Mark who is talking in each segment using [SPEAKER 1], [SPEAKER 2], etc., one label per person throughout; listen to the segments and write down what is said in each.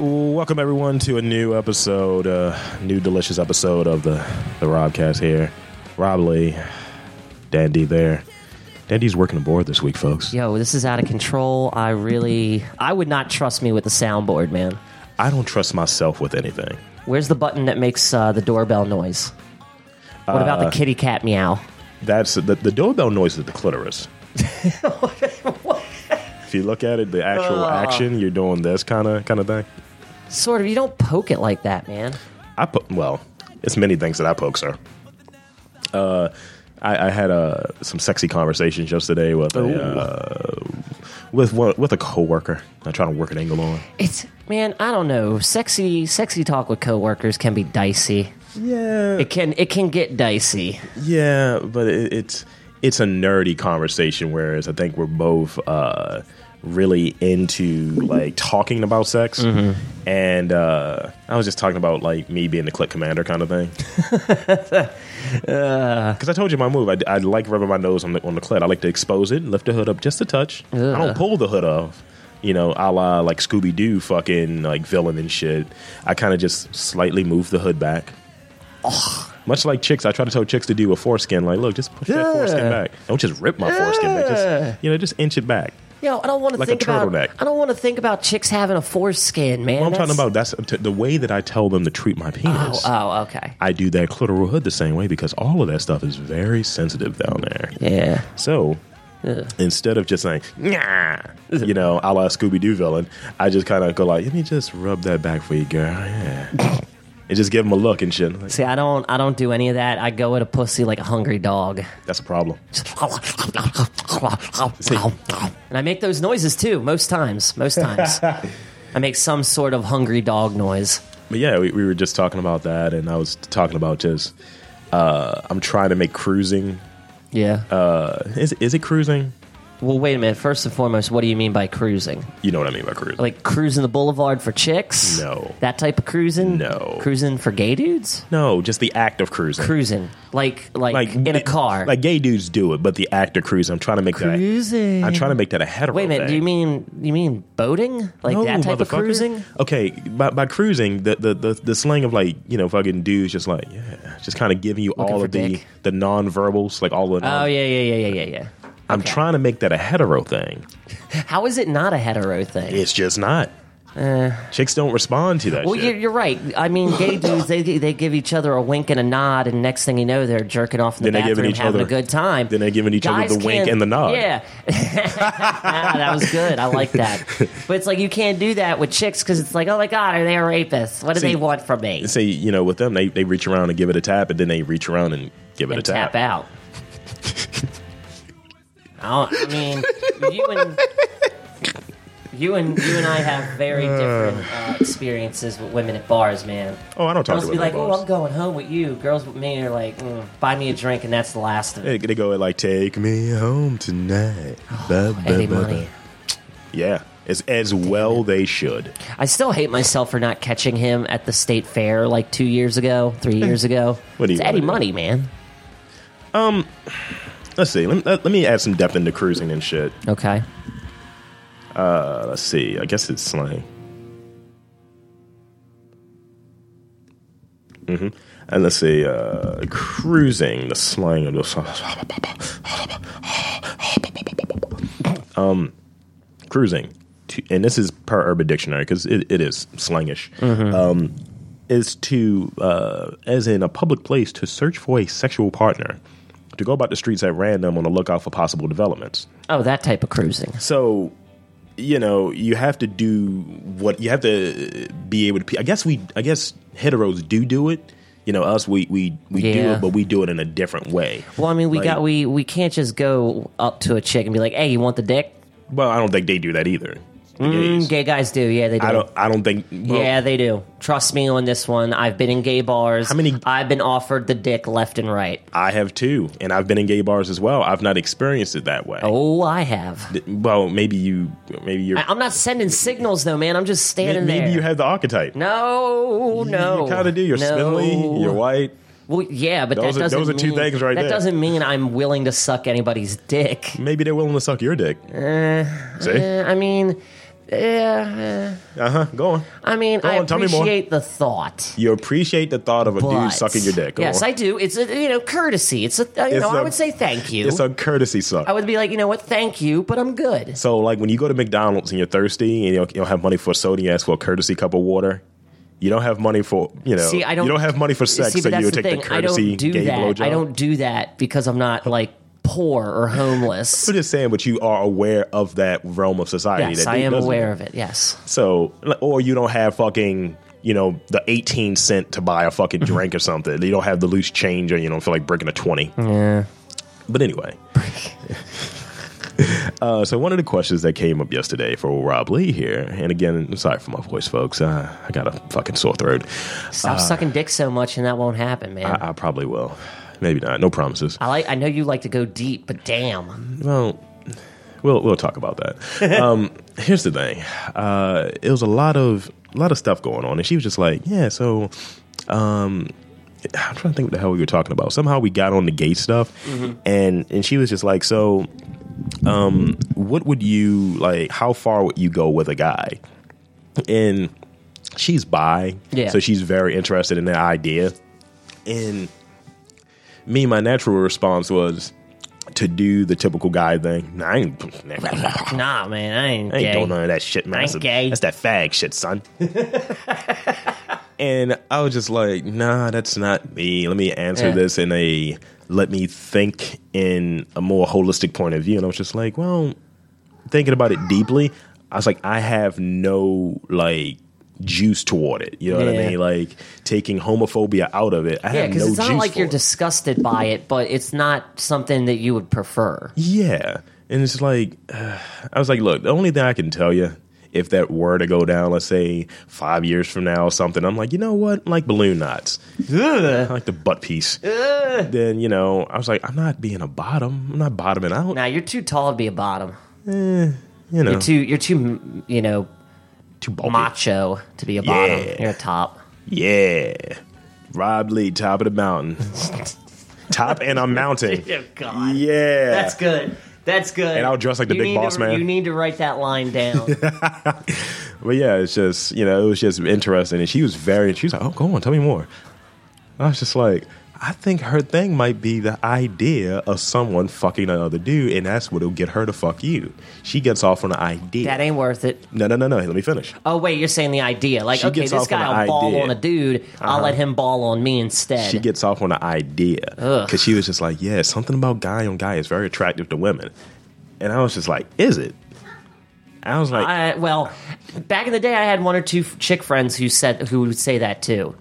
[SPEAKER 1] Welcome everyone to a new episode, uh, new delicious episode of the the Robcast here. Rob Lee, Dandy there. Dandy's working aboard this week, folks.
[SPEAKER 2] Yo, this is out of control. I really, I would not trust me with the soundboard, man.
[SPEAKER 1] I don't trust myself with anything.
[SPEAKER 2] Where's the button that makes uh, the doorbell noise? What about
[SPEAKER 1] Uh,
[SPEAKER 2] the kitty cat meow?
[SPEAKER 1] That's the, the doorbell noise is the clitoris. if you look at it, the actual action, you're doing this kind of kind of thing.
[SPEAKER 2] Sort of. You don't poke it like that, man.
[SPEAKER 1] I put well, it's many things that I poke, sir. Uh, I, I had uh, some sexy conversations yesterday with a uh, with one, with a coworker. I trying to work an angle on.
[SPEAKER 2] It's man. I don't know. Sexy, sexy talk with coworkers can be dicey.
[SPEAKER 1] Yeah,
[SPEAKER 2] It can, it can get dicey.
[SPEAKER 1] yeah, but it, it's it's a nerdy conversation. Whereas I think we're both uh, really into like talking about sex, and uh, I was just talking about like me being the click commander kind of thing. Because I told you my move. I, I like rubbing my nose on the on the clit. I like to expose it, lift the hood up just a touch. I don't pull the hood off. You know, a la like Scooby Doo, fucking like villain and shit. I kind of just slightly move the hood back. Much like chicks, I try to tell chicks to do a foreskin. Like, look, just push that foreskin back. Don't just rip my foreskin back. Just you know, just inch it back.
[SPEAKER 2] You know, I don't want to
[SPEAKER 1] Like a
[SPEAKER 2] think about.
[SPEAKER 1] turtleneck.
[SPEAKER 2] I don't want to think about chicks having a foreskin, man.
[SPEAKER 1] What I'm talking
[SPEAKER 2] That's-
[SPEAKER 1] about that's t- the way that I tell them to treat my penis.
[SPEAKER 2] Oh, oh, okay.
[SPEAKER 1] I do that clitoral hood the same way because all of that stuff is very sensitive down there.
[SPEAKER 2] Yeah.
[SPEAKER 1] So instead of just saying, nah, you know, a la Scooby Doo villain, I just kind of go like, let me just rub that back for you, girl. Yeah. and just give him a look and shit. Like,
[SPEAKER 2] See, I don't, I don't do any of that. I go at a pussy like a hungry dog.
[SPEAKER 1] that's a problem.
[SPEAKER 2] And I make those noises too, most times. Most times. I make some sort of hungry dog noise.
[SPEAKER 1] But yeah, we, we were just talking about that, and I was talking about just, uh, I'm trying to make cruising.
[SPEAKER 2] Yeah.
[SPEAKER 1] Uh, is, is it cruising?
[SPEAKER 2] well, wait a minute. First and foremost, what do you mean by cruising?
[SPEAKER 1] You know what I mean by cruising.
[SPEAKER 2] Like cruising the boulevard for chicks?
[SPEAKER 1] No.
[SPEAKER 2] That type of cruising?
[SPEAKER 1] No.
[SPEAKER 2] Cruising for gay dudes?
[SPEAKER 1] no, just the act of cruising.
[SPEAKER 2] Cruising. Like like,
[SPEAKER 1] like
[SPEAKER 2] in a car.
[SPEAKER 1] Like gay dudes do it, but the act of cruising. I'm trying to make
[SPEAKER 2] Cruising.
[SPEAKER 1] that. I'm trying to make that a hetero.
[SPEAKER 2] Wait a minute.
[SPEAKER 1] thing.
[SPEAKER 2] Do you mean you mean boating? Like that type of
[SPEAKER 1] motherfucker.
[SPEAKER 2] cruising?
[SPEAKER 1] Okay, by, by cruising, the, the the the slang of like you know fucking dudes just like yeah, just kind of giving you all
[SPEAKER 2] for
[SPEAKER 1] of the
[SPEAKER 2] dick.
[SPEAKER 1] the non-verbals, like all of. the
[SPEAKER 2] Oh
[SPEAKER 1] non-
[SPEAKER 2] yeah, yeah, yeah, yeah, yeah, yeah.
[SPEAKER 1] I'm trying to make that a hetero thing.
[SPEAKER 2] How is it not a hetero thing?
[SPEAKER 1] It's just not. Chicks don't respond to that.
[SPEAKER 2] Eh. Well,
[SPEAKER 1] shit.
[SPEAKER 2] you're, you're right. I mean, gay dudes they they give each other a wink and a nod, and next thing you know, they're jerking off in the
[SPEAKER 1] Then they're
[SPEAKER 2] bathroom,
[SPEAKER 1] giving each
[SPEAKER 2] having
[SPEAKER 1] other-
[SPEAKER 2] a good time.
[SPEAKER 1] then they're giving each other the wink
[SPEAKER 2] can't-
[SPEAKER 1] and the nod.
[SPEAKER 2] Yeah, Ah, that was good. I like that. But it's like you can't do that with chicks because it's like, oh my god, are they a rapist? What do
[SPEAKER 1] See,
[SPEAKER 2] they want from me?
[SPEAKER 1] Say you know with them, they they reach around and give it a tap, and then they reach around and give it
[SPEAKER 2] And
[SPEAKER 1] a tap.
[SPEAKER 2] tap out. I, don't, I mean, you and. You and you and I have very different uh, experiences with women at bars, man.
[SPEAKER 1] Oh, I don't talk
[SPEAKER 2] Girls
[SPEAKER 1] to
[SPEAKER 2] be
[SPEAKER 1] them.
[SPEAKER 2] like, "Oh, I'm going home with you." Girls with me are like, mm, "Buy me a drink," and that's the last of it.
[SPEAKER 1] they, they go like, "Take me home tonight."
[SPEAKER 2] Oh,
[SPEAKER 1] Ba, ba,
[SPEAKER 2] Eddie
[SPEAKER 1] ba, ba.
[SPEAKER 2] Money.
[SPEAKER 1] Yeah, as as well they should.
[SPEAKER 2] I still hate myself for not catching him at the state fair like two years ago, three years ago.
[SPEAKER 1] What do you
[SPEAKER 2] it's
[SPEAKER 1] wanna
[SPEAKER 2] Eddie
[SPEAKER 1] do?
[SPEAKER 2] Money, man.
[SPEAKER 1] Let's see. Let me, let, let me add some depth into cruising and shit.
[SPEAKER 2] Okay.
[SPEAKER 1] Let's see. I guess it's slang. Mm-hmm. mm-hmm. And let's see. Uh, cruising, the slang of the. Um, cruising, to, and this is per Urban Dictionary because it, it is slangish. Um, is to, uh, as in a public place, to search for a sexual partner, to go about the streets at random on the lookout for possible developments.
[SPEAKER 2] Oh, that type of cruising.
[SPEAKER 1] So, you know, you have to do what you have to be able to. I guess we, I guess heteros do do it. You know, us we we we do
[SPEAKER 2] Yeah.
[SPEAKER 1] it, but we do it in a different way.
[SPEAKER 2] Well, I mean, we
[SPEAKER 1] Like-
[SPEAKER 2] got we we can't just go up to a chick and be like, "Hey, you want the dick?"
[SPEAKER 1] Well, I don't think they do that either. The gays.
[SPEAKER 2] Mm, gay guys do. Yeah, they do.
[SPEAKER 1] I don't. I don't think. well,
[SPEAKER 2] yeah, they do. Trust me on this one. I've been in gay bars.
[SPEAKER 1] How many-
[SPEAKER 2] I've been offered the dick left and right.
[SPEAKER 1] I have too, and I've been in gay bars as well. I've not experienced it that way.
[SPEAKER 2] Oh, I have.
[SPEAKER 1] Well, maybe you. Maybe you're.
[SPEAKER 2] I- I'm not sending signals though, man. I'm just standing
[SPEAKER 1] maybe
[SPEAKER 2] there.
[SPEAKER 1] you have the archetype.
[SPEAKER 2] no, no.
[SPEAKER 1] You kind of do. You're
[SPEAKER 2] no.
[SPEAKER 1] spindly. You're white.
[SPEAKER 2] Well, yeah, but
[SPEAKER 1] Those
[SPEAKER 2] that
[SPEAKER 1] are-
[SPEAKER 2] doesn't
[SPEAKER 1] those are two
[SPEAKER 2] mean-
[SPEAKER 1] things right
[SPEAKER 2] that
[SPEAKER 1] there.
[SPEAKER 2] doesn't mean I'm willing to suck anybody's dick. Uh,
[SPEAKER 1] Maybe they're willing to suck your dick. See,
[SPEAKER 2] Eh, I mean, Yeah. eh.
[SPEAKER 1] Uh huh. Go on.
[SPEAKER 2] I mean,
[SPEAKER 1] Go
[SPEAKER 2] I
[SPEAKER 1] on, tell me more.
[SPEAKER 2] appreciate the thought.
[SPEAKER 1] You appreciate the thought of a
[SPEAKER 2] But
[SPEAKER 1] dude sucking your dick. Go
[SPEAKER 2] yes,
[SPEAKER 1] on.
[SPEAKER 2] I do. It's a you know courtesy. It's a uh, you
[SPEAKER 1] It's
[SPEAKER 2] know I
[SPEAKER 1] a-
[SPEAKER 2] would say thank you.
[SPEAKER 1] It's a courtesy suck.
[SPEAKER 2] I would be like you know what, thank you, but I'm good.
[SPEAKER 1] so, like, when you go to McDonald's and you're thirsty and you don't, you don't have money for soda, you ask for a courtesy cup of water. You don't have money for you know.
[SPEAKER 2] See, I don't.
[SPEAKER 1] you don't have money for sex,
[SPEAKER 2] See,
[SPEAKER 1] so
[SPEAKER 2] but that's
[SPEAKER 1] you take
[SPEAKER 2] thing.
[SPEAKER 1] the courtesy
[SPEAKER 2] I don't do
[SPEAKER 1] gay
[SPEAKER 2] that.
[SPEAKER 1] blowjob.
[SPEAKER 2] I don't do that because I'm not like poor or homeless.
[SPEAKER 1] I'm just saying, but you are aware of that realm of society.
[SPEAKER 2] yes,
[SPEAKER 1] that
[SPEAKER 2] I
[SPEAKER 1] dude
[SPEAKER 2] am
[SPEAKER 1] doesn't.
[SPEAKER 2] aware of it. Yes.
[SPEAKER 1] So, or you don't have fucking, you know, the 18 cent to buy a fucking drink or something. You don't have the loose change or you don't feel like breaking a 20.
[SPEAKER 2] Yeah.
[SPEAKER 1] But anyway. uh, so, one of the questions that came up yesterday for Rob Lee here, and again, I'm sorry for my voice, folks. Uh, I got a fucking sore throat. Ah.
[SPEAKER 2] Stop sucking dick so much, and that won't happen, man. I,
[SPEAKER 1] I, I probably will. Maybe not. No promises.
[SPEAKER 2] like. I know you like to go deep, but damn.
[SPEAKER 1] Well, we'll we'll talk about that. um, here's the thing. Uh, it was a lot of a lot of stuff going on, and she was just like, "Yeah, so." Um, I'm trying to think what the hell we were talking about. Somehow we got on the gay stuff, and and she was just like, "So, um, what would you like? How far would you go with a guy?" And she's bi,
[SPEAKER 2] Yeah.
[SPEAKER 1] so she's very interested in that idea. And me, my natural response was to do the typical guy thing. Nah, I ain't, I
[SPEAKER 2] Nah, man. I ain't.
[SPEAKER 1] ain't
[SPEAKER 2] gay.
[SPEAKER 1] doing none of that shit, man.
[SPEAKER 2] I ain't
[SPEAKER 1] That's, a-
[SPEAKER 2] gay.
[SPEAKER 1] that's that fag shit, son. and I was just like, nah, that's not me. Let me answer
[SPEAKER 2] Yeah.
[SPEAKER 1] this in a let me think in a more holistic point of view. And I was just like, well, thinking about it deeply, I was like, I have no like juice toward it. You know what
[SPEAKER 2] Yeah.
[SPEAKER 1] I mean? Like taking homophobia out of it. I
[SPEAKER 2] Yeah,
[SPEAKER 1] have
[SPEAKER 2] because
[SPEAKER 1] no
[SPEAKER 2] it's not
[SPEAKER 1] juice
[SPEAKER 2] like
[SPEAKER 1] for
[SPEAKER 2] you're
[SPEAKER 1] it.
[SPEAKER 2] disgusted by it, but it's not something that you would prefer.
[SPEAKER 1] Yeah. And it's like, I was like, look, the only thing I can tell you, if that were to go down, let's say five years from now or something, I'm like, you know what? I like balloon knots. I like the butt piece. Then, you know, I was like, I'm not being a bottom. I'm not bottoming out.
[SPEAKER 2] Now you're too tall to be a bottom.
[SPEAKER 1] you know,
[SPEAKER 2] You're too. You're too. You know,
[SPEAKER 1] too bulky.
[SPEAKER 2] macho to be a bottom.
[SPEAKER 1] Yeah.
[SPEAKER 2] You're a top.
[SPEAKER 1] Yeah. Rob Lee, top of the mountain. top and I'm mounting.
[SPEAKER 2] Oh God.
[SPEAKER 1] Yeah.
[SPEAKER 2] That's good. That's good.
[SPEAKER 1] And I'll dress like the
[SPEAKER 2] You
[SPEAKER 1] big
[SPEAKER 2] need
[SPEAKER 1] boss
[SPEAKER 2] to-
[SPEAKER 1] man.
[SPEAKER 2] You need to write that line down.
[SPEAKER 1] But yeah, it's just you know, it was just interesting, and she was very. She was like, "Oh, go on, tell me more." And I was just like, "I think her thing might be the idea of someone fucking another dude, and that's what'll get her to fuck you." She gets off on the idea.
[SPEAKER 2] that ain't worth it.
[SPEAKER 1] no, no, no, no. Let me finish.
[SPEAKER 2] Oh wait, you're saying the idea? Like,
[SPEAKER 1] She
[SPEAKER 2] okay,
[SPEAKER 1] gets
[SPEAKER 2] this
[SPEAKER 1] off on
[SPEAKER 2] guy
[SPEAKER 1] the
[SPEAKER 2] will ball
[SPEAKER 1] idea. Uh-huh.
[SPEAKER 2] on a dude. I'll let him ball on me instead.
[SPEAKER 1] She gets off on the idea because she was just like, "Yeah, something about guy on guy is very attractive to women," and I was just like, "Is it?" I was like,
[SPEAKER 2] I, well, back in the day, I had one or two f- chick friends who said who would say that too.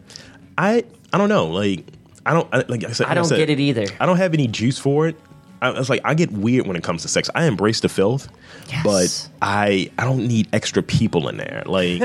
[SPEAKER 1] I I don't know. Like I don't I, like I said.
[SPEAKER 2] I don't
[SPEAKER 1] said,
[SPEAKER 2] get it either.
[SPEAKER 1] I don't have any juice for it. I was like, I get weird when it comes to sex. I embrace the filth,
[SPEAKER 2] Yes.
[SPEAKER 1] but I I don't need extra people in there. Like,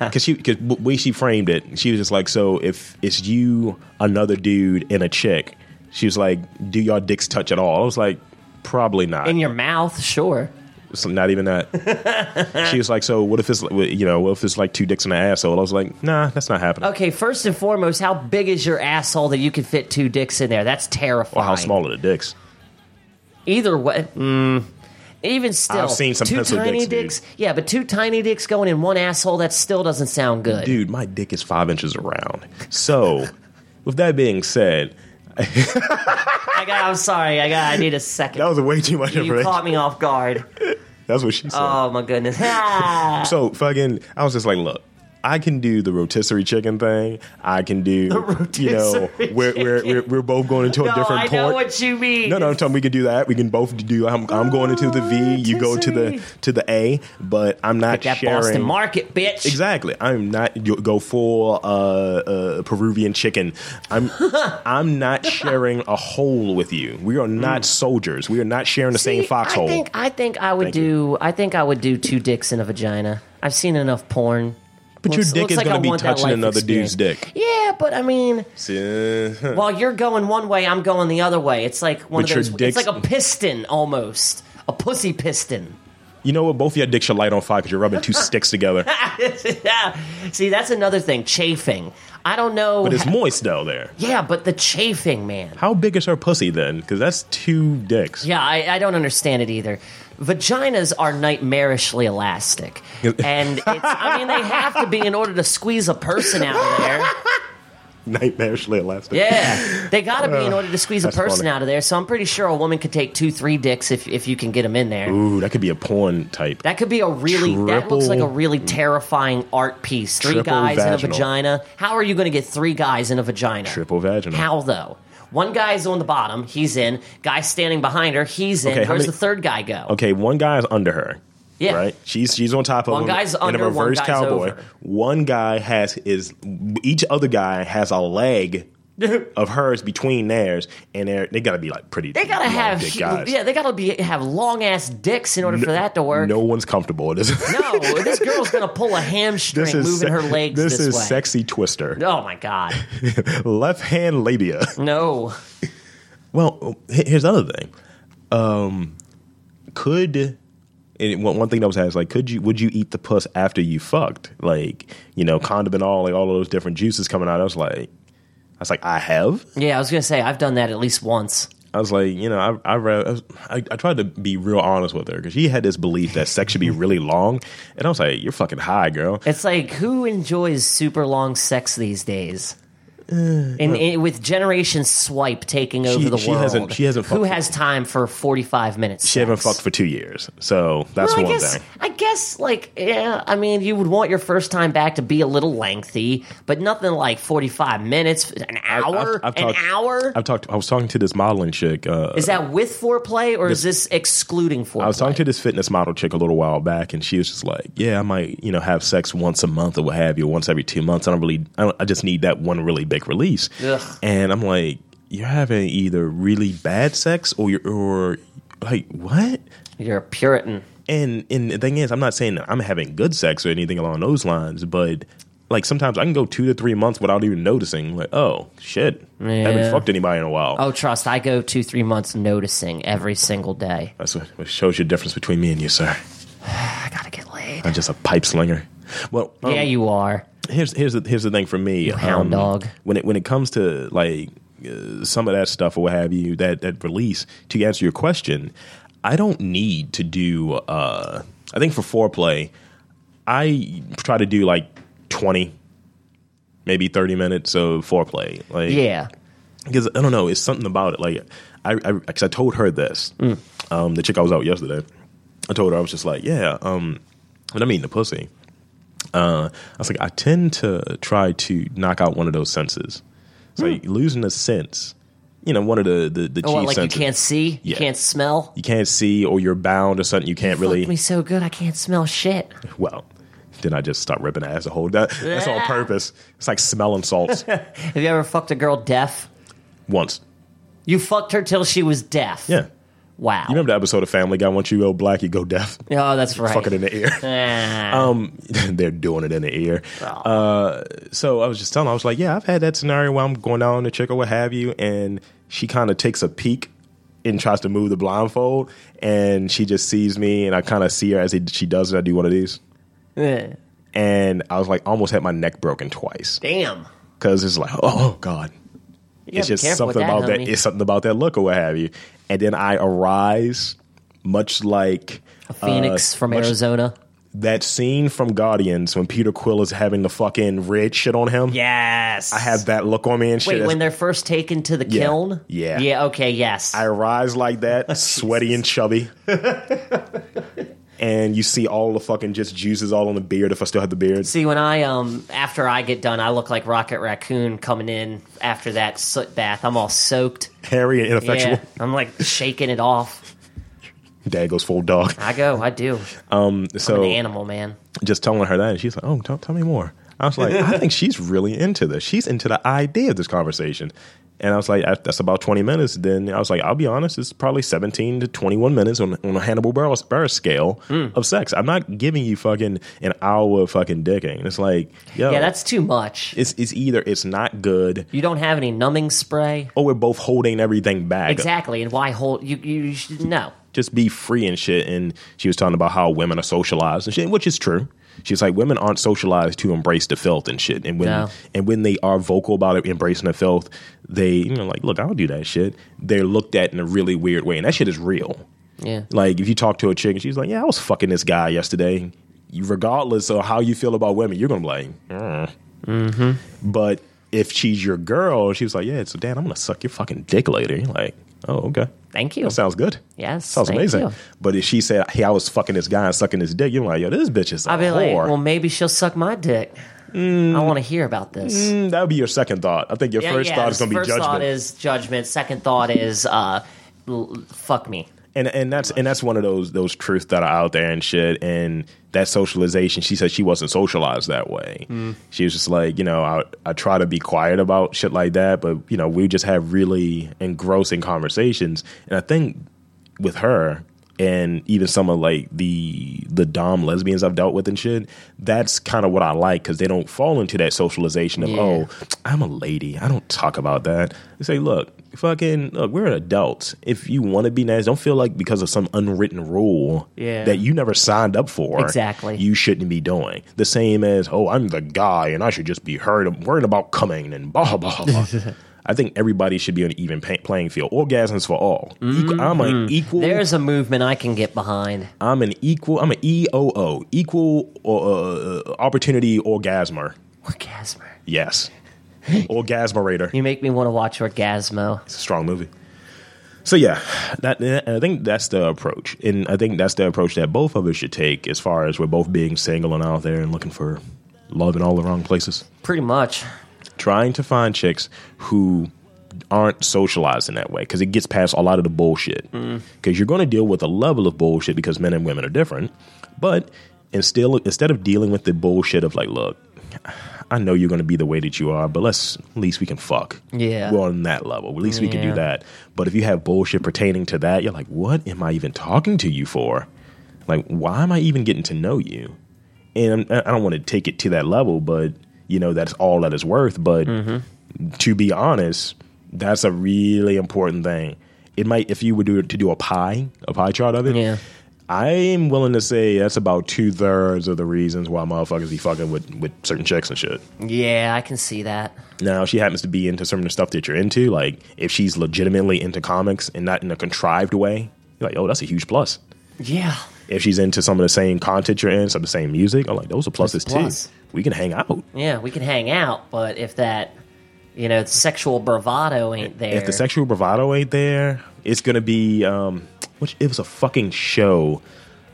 [SPEAKER 1] because she because the way she framed it, she was just like, so if it's you, another dude, and a chick, she was like, do y'all dicks touch at all? I was like, probably not.
[SPEAKER 2] In your mouth, sure.
[SPEAKER 1] So not even that. she was like, so what if it's like, you know what if it's like two dicks in an asshole? I was like, nah, that's not happening.
[SPEAKER 2] Okay, first and foremost, how big is your asshole that you can fit two dicks in there? That's
[SPEAKER 1] Or
[SPEAKER 2] terrifying.
[SPEAKER 1] how small are the dicks?
[SPEAKER 2] Either way, mm, even still,
[SPEAKER 1] I've seen some
[SPEAKER 2] two
[SPEAKER 1] pencil
[SPEAKER 2] tiny
[SPEAKER 1] dicks, dude.
[SPEAKER 2] Yeah, but two tiny dicks going in one asshole that still doesn't sound good.
[SPEAKER 1] dude, my dick is five inches around. So, with that being said,
[SPEAKER 2] I got. I'm sorry. I got. I need a second.
[SPEAKER 1] that was way too much
[SPEAKER 2] you
[SPEAKER 1] information.
[SPEAKER 2] caught me off guard.
[SPEAKER 1] That's what she said.
[SPEAKER 2] Oh my goodness. Ah,
[SPEAKER 1] so, fucking, I was just like, look. I can do the rotisserie chicken thing. I can do, you know,
[SPEAKER 2] rotisserie
[SPEAKER 1] we're, we're, we're, we're both going into a
[SPEAKER 2] no,
[SPEAKER 1] different
[SPEAKER 2] I
[SPEAKER 1] port.
[SPEAKER 2] know what you mean.
[SPEAKER 1] No, no, I'm telling we can do that. We can both do. I'm, I'm going into the V. You go to the to the A, but I'm not
[SPEAKER 2] that
[SPEAKER 1] sharing.
[SPEAKER 2] Boston market, bitch.
[SPEAKER 1] Exactly. I'm not you go full uh, uh, Peruvian chicken. I'm I'm not sharing a hole with you. We are not soldiers. We are not sharing the same
[SPEAKER 2] Mm. See,
[SPEAKER 1] foxhole.
[SPEAKER 2] I think I think I would
[SPEAKER 1] Thank
[SPEAKER 2] do.
[SPEAKER 1] you.
[SPEAKER 2] I think I would do two dicks in a vagina. I've seen enough porn.
[SPEAKER 1] but your
[SPEAKER 2] Looks-
[SPEAKER 1] dick
[SPEAKER 2] looks
[SPEAKER 1] is
[SPEAKER 2] like I
[SPEAKER 1] going to be
[SPEAKER 2] want that
[SPEAKER 1] touching
[SPEAKER 2] life
[SPEAKER 1] another
[SPEAKER 2] experience.
[SPEAKER 1] dude's dick.
[SPEAKER 2] Yeah, but I mean,
[SPEAKER 1] See?
[SPEAKER 2] while you're going one way, I'm going the other way. It's like one
[SPEAKER 1] But
[SPEAKER 2] of
[SPEAKER 1] your
[SPEAKER 2] those.
[SPEAKER 1] dick's-
[SPEAKER 2] It's like a piston almost, a pussy piston.
[SPEAKER 1] You know what? Both of your dicks should light on fire because you're rubbing two sticks together.
[SPEAKER 2] yeah. See, that's another thing. Chafing. I don't know.
[SPEAKER 1] But it's
[SPEAKER 2] ho-
[SPEAKER 1] moist down there.
[SPEAKER 2] yeah, but the chafing, man.
[SPEAKER 1] How big is her pussy then? Because that's two dicks.
[SPEAKER 2] Yeah, I, I don't understand it either. vaginas are nightmarishly elastic, and it's, I mean they have to be in order to squeeze a person out of there.
[SPEAKER 1] Nightmarishly elastic.
[SPEAKER 2] Yeah, they got to be in order to squeeze a
[SPEAKER 1] That's
[SPEAKER 2] person
[SPEAKER 1] funny.
[SPEAKER 2] out of there. So I'm pretty sure a woman could take two, three dicks if if you can get them in there.
[SPEAKER 1] Ooh, that could be a porn type.
[SPEAKER 2] That could be a really that
[SPEAKER 1] Triple-
[SPEAKER 2] looks like a really terrifying art piece. Three
[SPEAKER 1] Triple
[SPEAKER 2] guys in a
[SPEAKER 1] vaginal.
[SPEAKER 2] vagina. How are you going to get three guys in a vagina?
[SPEAKER 1] Triple vaginal.
[SPEAKER 2] How though? One guy's on the bottom, he's in. Guy standing behind her, he's in.
[SPEAKER 1] Okay, how
[SPEAKER 2] Where's
[SPEAKER 1] many-
[SPEAKER 2] the third guy go?
[SPEAKER 1] Okay, one guy's under her.
[SPEAKER 2] Yeah.
[SPEAKER 1] Right? She's she's on top of
[SPEAKER 2] One
[SPEAKER 1] him
[SPEAKER 2] guy's
[SPEAKER 1] in
[SPEAKER 2] under,
[SPEAKER 1] a
[SPEAKER 2] one
[SPEAKER 1] reverse
[SPEAKER 2] guy's
[SPEAKER 1] cowboy.
[SPEAKER 2] over.
[SPEAKER 1] One guy has is each other guy has a leg of hers between theirs and they're they gotta be like pretty
[SPEAKER 2] They gotta
[SPEAKER 1] long
[SPEAKER 2] have
[SPEAKER 1] dick guys.
[SPEAKER 2] yeah, they gotta be have long ass dicks in order for that to work.
[SPEAKER 1] No one's comfortable. This,
[SPEAKER 2] No, this girl's gonna pull a hamstring
[SPEAKER 1] this is
[SPEAKER 2] moving
[SPEAKER 1] se-
[SPEAKER 2] her legs
[SPEAKER 1] This,
[SPEAKER 2] this,
[SPEAKER 1] is
[SPEAKER 2] way.
[SPEAKER 1] sexy twister.
[SPEAKER 2] Oh my god,
[SPEAKER 1] Left hand labia.
[SPEAKER 2] no!
[SPEAKER 1] Well, he- here's the other thing. Um, could and one, one thing that was asked, like, could you would you eat the puss after you fucked? Like, you know, condom and all, like all of those different juices coming out. I was like, I was like, I have.
[SPEAKER 2] Yeah, I was gonna say I've done that at least once.
[SPEAKER 1] I was like, you know, I I, read, I, was- I, I tried to be real honest with her because she had this belief that sex should be really long, and I was like, you're fucking high, girl.
[SPEAKER 2] It's like who enjoys super long sex these days? In, in- with generation swipe taking over the
[SPEAKER 1] Uh, she
[SPEAKER 2] world,
[SPEAKER 1] hasn't- she hasn't
[SPEAKER 2] who
[SPEAKER 1] fucked-
[SPEAKER 2] has time for forty five minutes?
[SPEAKER 1] She haven't
[SPEAKER 2] sex?
[SPEAKER 1] fucked for two years, so that's
[SPEAKER 2] Well, I
[SPEAKER 1] one
[SPEAKER 2] guess,
[SPEAKER 1] thing.
[SPEAKER 2] I guess, like, yeah, I mean, you would want your first time back to be a little lengthy, but nothing like 45 minutes, an hour,
[SPEAKER 1] I've
[SPEAKER 2] an
[SPEAKER 1] talked-
[SPEAKER 2] hour.
[SPEAKER 1] I've talked. I was talking to this modeling chick. Uh,
[SPEAKER 2] is that with foreplay or is this excluding foreplay?
[SPEAKER 1] I was talking to this fitness model chick a little while back, and she was just like, "Yeah, I might, you know, have sex once a month or what have you, once every two months. I don't really, I, don't, I just need that one really big release."
[SPEAKER 2] Ugh.
[SPEAKER 1] And I'm like, "You're having either really bad sex or you're, or like what?"
[SPEAKER 2] You're a Puritan.
[SPEAKER 1] And and the thing is, I'm not saying that I'm having good sex or anything along those lines, but like sometimes I can go two to three months without even noticing. Like, oh shit, I
[SPEAKER 2] Yeah.
[SPEAKER 1] haven't fucked anybody in a while.
[SPEAKER 2] Oh, trust, I go two, three months noticing every single day.
[SPEAKER 1] That's what, what shows you the difference between me and you, sir.
[SPEAKER 2] I gotta get laid.
[SPEAKER 1] I'm just a pipe slinger. Well, um,
[SPEAKER 2] yeah, you are.
[SPEAKER 1] here's here's the, here's the thing for me, Um,
[SPEAKER 2] hound dog.
[SPEAKER 1] When it when it comes to like uh, some of that stuff or what have you, that that release to answer your question, I don't need to do. uh I think for foreplay, I try to do like twenty, maybe thirty minutes of foreplay. Like
[SPEAKER 2] Yeah.
[SPEAKER 1] because I don't know, it's something about it. Like I, I, cause I told her this.
[SPEAKER 2] Mm.
[SPEAKER 1] Um, the chick I was out yesterday, I told her I was just like, yeah, um, and I'm eating the pussy. Uh, I was like, I tend to try to knock out one of those senses. It's
[SPEAKER 2] Mm.
[SPEAKER 1] like losing a sense, you know, one of the the, the
[SPEAKER 2] Oh,
[SPEAKER 1] chief
[SPEAKER 2] what, like
[SPEAKER 1] senses.
[SPEAKER 2] you can't see? You
[SPEAKER 1] Yeah.
[SPEAKER 2] can't smell?
[SPEAKER 1] You can't see, or you're bound, or something. You can't
[SPEAKER 2] Fucked
[SPEAKER 1] really.
[SPEAKER 2] me so good, I can't smell shit.
[SPEAKER 1] Well, then I just start ripping ass a whole. That, That's on purpose. It's like smelling salts.
[SPEAKER 2] Have you ever fucked a girl deaf?
[SPEAKER 1] Once,
[SPEAKER 2] You fucked her till she was deaf.
[SPEAKER 1] yeah.
[SPEAKER 2] Wow.
[SPEAKER 1] You remember the episode of Family Guy? Once you go black, you go deaf.
[SPEAKER 2] Oh, that's right.
[SPEAKER 1] Fuck it in the ear.
[SPEAKER 2] Ah.
[SPEAKER 1] Um, they're doing it in the ear. Uh, so I was just telling, her, I was like, yeah, I've had that scenario where I'm going down on the chick or what have you, and she kind of takes a peek and tries to move the blindfold, and she just sees me, and I kind of see her as he, she does it. I do one of these, uh,
[SPEAKER 2] Eh.
[SPEAKER 1] and I was like, almost had my neck broken twice
[SPEAKER 2] Damn.
[SPEAKER 1] because it's like, oh god,
[SPEAKER 2] You
[SPEAKER 1] it's
[SPEAKER 2] gotta be
[SPEAKER 1] just
[SPEAKER 2] careful with
[SPEAKER 1] something about that.
[SPEAKER 2] homie.
[SPEAKER 1] It's something about that look or what have you, and then I arise, much like
[SPEAKER 2] Phoenix
[SPEAKER 1] uh,
[SPEAKER 2] from
[SPEAKER 1] much-
[SPEAKER 2] Arizona.
[SPEAKER 1] that scene from Guardians when Peter Quill is having the fucking red shit on him.
[SPEAKER 2] Yes.
[SPEAKER 1] I have that look on me and shit.
[SPEAKER 2] Wait, when they're first taken to the kiln?
[SPEAKER 1] Yeah.
[SPEAKER 2] Yeah, okay, yes.
[SPEAKER 1] I rise like that, sweaty and chubby. and you see all the fucking just juices all on the beard if I still have the beard.
[SPEAKER 2] See, when I, um, after I get done, I look like Rocket Raccoon coming in after that soot bath. I'm all soaked.
[SPEAKER 1] Hairy and ineffectual.
[SPEAKER 2] Yeah. I'm like shaking it off.
[SPEAKER 1] Dad goes full dog.
[SPEAKER 2] I go, I do.
[SPEAKER 1] So
[SPEAKER 2] the animal, man.
[SPEAKER 1] just telling her that and she's like, Oh, tell, tell me more. I was like, I think she's really into this. She's into the idea of this conversation. And I was like, "I- that's about 20 minutes. Then I was like, I'll be honest, it's probably 17 to 21 minutes on, on a Hannibal Burris, Burris scale
[SPEAKER 2] Mm.
[SPEAKER 1] of sex. I'm not giving you fucking an hour of fucking dicking. It's like, yo,
[SPEAKER 2] Yeah, that's too much.
[SPEAKER 1] it's, it's either it's not good
[SPEAKER 2] You don't have any numbing spray.
[SPEAKER 1] or we're both holding everything back.
[SPEAKER 2] Exactly, and why hold you? You should, no.
[SPEAKER 1] just be free and shit. And she was talking about how women are socialized and shit, which is true. She's like, women aren't socialized to embrace the filth and shit. And when
[SPEAKER 2] No.
[SPEAKER 1] and when they are vocal about it, embracing the filth, they you know like, look, I don't do that shit. They're looked at in a really weird way, and that shit is real.
[SPEAKER 2] Yeah.
[SPEAKER 1] Like if you talk to a chick and she's like, "Yeah, I was fucking this guy yesterday," you, regardless of how you feel about women, you're gonna be like, "Mm."
[SPEAKER 2] Mm-hmm.
[SPEAKER 1] But if she's your girl, she was like, "Yeah, so Dan, I'm gonna suck your fucking dick later." You're like, "Oh, okay,
[SPEAKER 2] Thank you.
[SPEAKER 1] that sounds good."
[SPEAKER 2] Yes,
[SPEAKER 1] sounds
[SPEAKER 2] thank
[SPEAKER 1] amazing.
[SPEAKER 2] you.
[SPEAKER 1] But if she said, "Hey, I was fucking this guy and sucking his dick," you're like, "Yo, this bitch is a
[SPEAKER 2] I'd be like,
[SPEAKER 1] whore."
[SPEAKER 2] well, maybe she'll suck my dick. I want to hear about this.
[SPEAKER 1] Mm, that would be your second thought. I think your
[SPEAKER 2] Yeah,
[SPEAKER 1] first
[SPEAKER 2] yeah,
[SPEAKER 1] thought is gonna be
[SPEAKER 2] first thought
[SPEAKER 1] judgment.
[SPEAKER 2] is judgment. Second thought is uh, l- fuck me.
[SPEAKER 1] and and that's and that's one of those those truths that are out there and shit and that socialization she said she wasn't socialized that way she was just like you know I, I try to be quiet about shit like that but you know we just have really engrossing conversations and i think with her and even some of like the the dom lesbians i've dealt with and shit that's kind of what i like because they don't fall into that socialization of
[SPEAKER 2] Yeah.
[SPEAKER 1] oh i'm a lady i don't talk about that they say look fucking look we're adults if you want to be nice don't feel like because of some unwritten rule
[SPEAKER 2] Yeah.
[SPEAKER 1] that you never signed up for
[SPEAKER 2] Exactly.
[SPEAKER 1] you shouldn't be doing the same as oh i'm the guy and i should just be heard I'm worried about coming and blah blah blah I think everybody should be on an even pa- playing field. Orgasms for all. Equal, I'm an equal.
[SPEAKER 2] Mm-hmm. There's a movement I can get behind.
[SPEAKER 1] I'm an equal. I'm an EOO, equal uh, opportunity orgasmer.
[SPEAKER 2] Orgasmer.
[SPEAKER 1] Yes, orgasmerator.
[SPEAKER 2] You make me want to watch Orgasmo.
[SPEAKER 1] It's a strong movie. So yeah, that and I think that's the approach, and I think that's the approach that both of us should take. As far as we're both being single and out there and looking for love in all the wrong places,
[SPEAKER 2] Pretty much.
[SPEAKER 1] trying to find chicks who aren't socialized in that way because it gets past a lot of the bullshit.
[SPEAKER 2] Mm.
[SPEAKER 1] Because you're going to deal with a level of bullshit because men and women are different, but instead instead of dealing with the bullshit of like, look, I know you're going to be the way that you are, but let's at least we can fuck.
[SPEAKER 2] Yeah.
[SPEAKER 1] we're on that level. At least we can do
[SPEAKER 2] Yeah.
[SPEAKER 1] that. But if you have bullshit pertaining to that, you're like, what am I even talking to you for? Like, why am I even getting to know you? and I'm- I don't want to take it to that level, but you know that's all that it's worth. But to be honest, that's a really important thing. It might if you would do to do a pie, a pie chart of it.
[SPEAKER 2] Yeah.
[SPEAKER 1] I'm willing to say that's about two thirds of the reasons why motherfuckers be fucking with with certain chicks and shit.
[SPEAKER 2] Yeah, I can see that.
[SPEAKER 1] Now, if she happens to be into some of the stuff that you're into, like if she's legitimately into comics and not in a contrived way, you're like, oh, that's a huge plus.
[SPEAKER 2] Yeah.
[SPEAKER 1] If she's into some of the same content you're in, some of the same music, I'm like, those are pluses
[SPEAKER 2] a plus.
[SPEAKER 1] too. We can hang out.
[SPEAKER 2] Yeah, we can hang out, but if that, you know, sexual bravado ain't there.
[SPEAKER 1] if the sexual bravado ain't there, it's gonna be um, which it was a fucking show.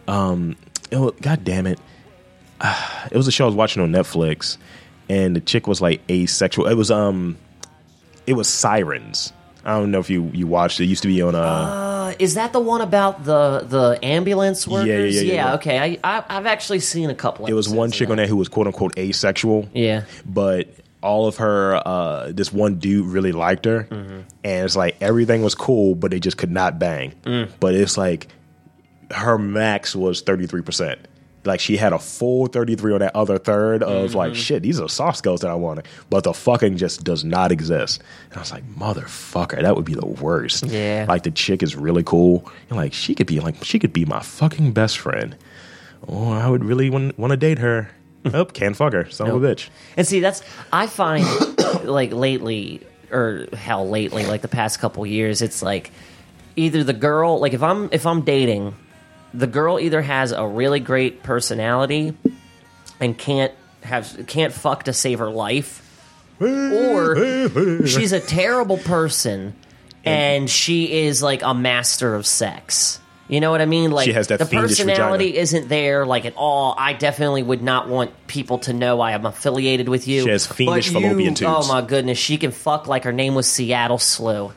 [SPEAKER 1] Um, it wa- God damn it, Ah, it was a show I was watching on Netflix, and the chick was like asexual. It was um, it was Sirens. I don't know if you you watched it. it used to be on uh,
[SPEAKER 2] Uh, is that the one about the the ambulance
[SPEAKER 1] yeah,
[SPEAKER 2] workers?
[SPEAKER 1] yeah, yeah, yeah.
[SPEAKER 2] okay. I, I I've actually Oh, seen a couple.
[SPEAKER 1] it was one
[SPEAKER 2] episodes of
[SPEAKER 1] chick on there who was quote unquote asexual.
[SPEAKER 2] that. Yeah.
[SPEAKER 1] but all of her uh this one dude really liked her and it's like everything was cool but they just could not bang but it's like her max was 33% like she had a full 33 on that other third of like shit these are soft skills that i wanted but the fucking just does not exist and i was like motherfucker that would be the worst
[SPEAKER 2] Yeah.
[SPEAKER 1] like the chick is really cool and like she could be like she could be my fucking best friend oh i would really want to date her oh can't fuck her son of a bitch
[SPEAKER 2] And see, that's I find like lately, or hell, lately, like the past couple years, it's like either the girl, like if I'm if I'm dating, the girl either has a really great personality and can't have can't fuck to save her life, or she's a terrible person and she is like a master of sex. You know what I mean? Like
[SPEAKER 1] She has that
[SPEAKER 2] the
[SPEAKER 1] fiendish
[SPEAKER 2] personality
[SPEAKER 1] vagina.
[SPEAKER 2] isn't there like at all. I definitely would not want people to know I am affiliated with you.
[SPEAKER 1] She has fiendish
[SPEAKER 2] But you-
[SPEAKER 1] fallopian tubes.
[SPEAKER 2] Oh my goodness, she can fuck like her name was Seattle Slew.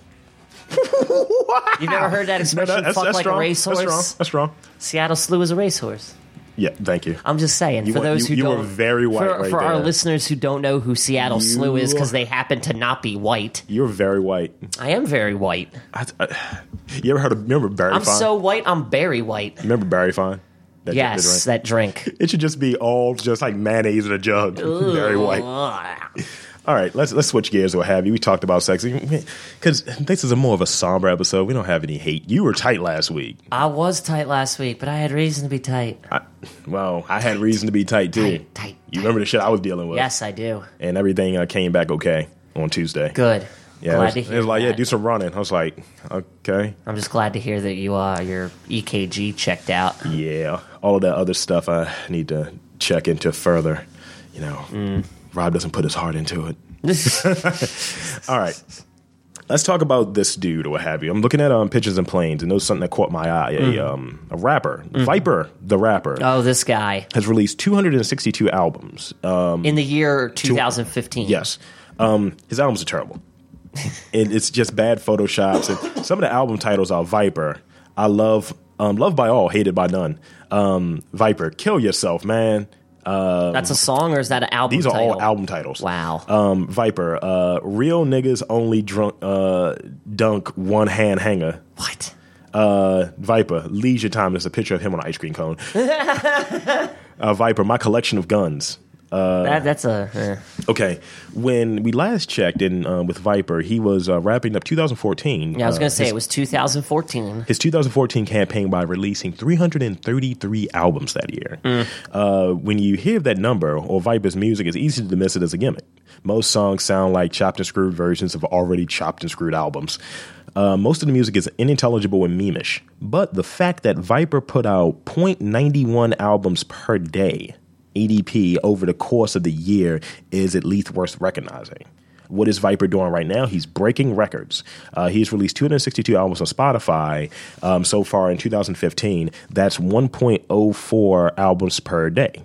[SPEAKER 2] You never heard that
[SPEAKER 1] No,
[SPEAKER 2] expression?
[SPEAKER 1] no, that's,
[SPEAKER 2] fuck
[SPEAKER 1] that's
[SPEAKER 2] like
[SPEAKER 1] strong.
[SPEAKER 2] a
[SPEAKER 1] That's strong.
[SPEAKER 2] racehorse.
[SPEAKER 1] That's strong.
[SPEAKER 2] Seattle Slew is a racehorse.
[SPEAKER 1] Yeah, thank you.
[SPEAKER 2] I'm just saying
[SPEAKER 1] You
[SPEAKER 2] for
[SPEAKER 1] were-
[SPEAKER 2] those
[SPEAKER 1] you-
[SPEAKER 2] who
[SPEAKER 1] you were
[SPEAKER 2] don't
[SPEAKER 1] very white
[SPEAKER 2] for,
[SPEAKER 1] right
[SPEAKER 2] for our
[SPEAKER 1] there.
[SPEAKER 2] listeners who don't know who Seattle Slew is
[SPEAKER 1] You-
[SPEAKER 2] because they happen to not be white.
[SPEAKER 1] You're very white.
[SPEAKER 2] I am very white.
[SPEAKER 1] I, I, you ever heard of remember Barry
[SPEAKER 2] I'm
[SPEAKER 1] Fine?
[SPEAKER 2] so white. I'm very white.
[SPEAKER 1] remember Barry Fine? That ju-
[SPEAKER 2] Yes,
[SPEAKER 1] that
[SPEAKER 2] that drink.
[SPEAKER 1] drink? it should just be all just like mayonnaise in a jug. Barry White.
[SPEAKER 2] Ugh.
[SPEAKER 1] All right, let's let's switch gears or what have you. We talked about sex because this is a more of a somber episode. We don't have any hate. You were tight last week.
[SPEAKER 2] I was tight last week, but I had reason to be tight.
[SPEAKER 1] I, well, I had reason to be tight too.
[SPEAKER 2] Tight, tight,
[SPEAKER 1] You remember the shit I was dealing with?
[SPEAKER 2] Yes, I do.
[SPEAKER 1] And everything uh, came back okay on Tuesday.
[SPEAKER 2] Good.
[SPEAKER 1] Yeah,
[SPEAKER 2] Glad
[SPEAKER 1] it was,
[SPEAKER 2] to hear
[SPEAKER 1] it was like, yeah,
[SPEAKER 2] that.
[SPEAKER 1] do some running. I was like, okay,
[SPEAKER 2] I'm just glad to hear that you uh your EKG checked out.
[SPEAKER 1] yeah. All of that other stuff I need to check into further. You know, Rob doesn't put his heart into it. All right. Let's talk about this dude or what have you. I'm looking at um, pictures and planes, and there was something that caught my eye. A, um, a rapper, Viper, the rapper,
[SPEAKER 2] oh, this guy
[SPEAKER 1] has released 262 albums.
[SPEAKER 2] in the year 2015.
[SPEAKER 1] Yes. Um, his albums are terrible. and it's just bad photoshops. And some of the album titles are Viper. I love um, Love by All, Hated by None. Um, Viper, Kill Yourself, man.
[SPEAKER 2] that's a song or is that an album?
[SPEAKER 1] These are
[SPEAKER 2] title?
[SPEAKER 1] all album titles.
[SPEAKER 2] Wow.
[SPEAKER 1] Um, Viper, uh, Real Niggas Only Drunk uh, Dunk One Hand Hanger.
[SPEAKER 2] what?
[SPEAKER 1] Uh, Viper, Leisure Time. There's a picture of him on an ice cream cone. uh, Viper, My Collection of Guns.
[SPEAKER 2] that, that's a eh.
[SPEAKER 1] Okay, when we last checked in uh, with Viper, he was uh, wrapping up 2014.
[SPEAKER 2] yeah. I was
[SPEAKER 1] uh,
[SPEAKER 2] gonna say
[SPEAKER 1] his,
[SPEAKER 2] it was 2014.
[SPEAKER 1] his 2014 campaign by releasing 333 albums that year.
[SPEAKER 2] Mm.
[SPEAKER 1] Uh, when you hear that number or Viper's music, it's easy to dismiss it as a gimmick. Most songs sound like chopped and screwed versions of already chopped and screwed albums. Uh, most of the music is unintelligible and memeish, but the fact that Viper put out 0.91 albums per day ADP E over the course of the year is at least worth recognizing. What is Viper doing right now? He's breaking records. Uh, he's released 262 albums on Spotify um, so far in 2015. That's 1.04 albums per day.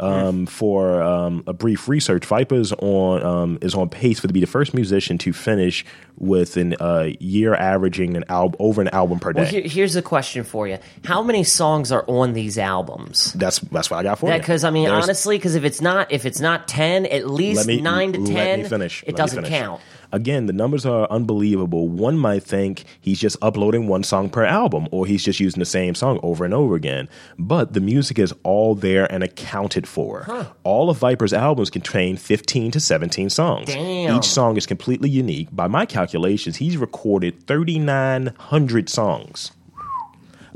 [SPEAKER 1] Um, For um, a brief research, Viper's on um, is on pace for to be the first musician to finish with an uh, year averaging an album over an album per day.
[SPEAKER 2] Well, here, here's a question for you: How many songs are on these albums?
[SPEAKER 1] that's that's what I got for you.
[SPEAKER 2] Because I mean,
[SPEAKER 1] There's-
[SPEAKER 2] honestly, because if it's not if it's not ten, at least nine to ten,
[SPEAKER 1] Let me finish.
[SPEAKER 2] it
[SPEAKER 1] Let me
[SPEAKER 2] doesn't
[SPEAKER 1] finish.
[SPEAKER 2] count.
[SPEAKER 1] Again, the numbers are unbelievable. One might think he's just uploading one song per album, or he's just using the same song over and over again. But the music is all there and accounted for. All of Viper's albums contain 15 to 17 songs.
[SPEAKER 2] Damn.
[SPEAKER 1] Each song is completely unique. By my calculations, he's recorded 3,900 songs.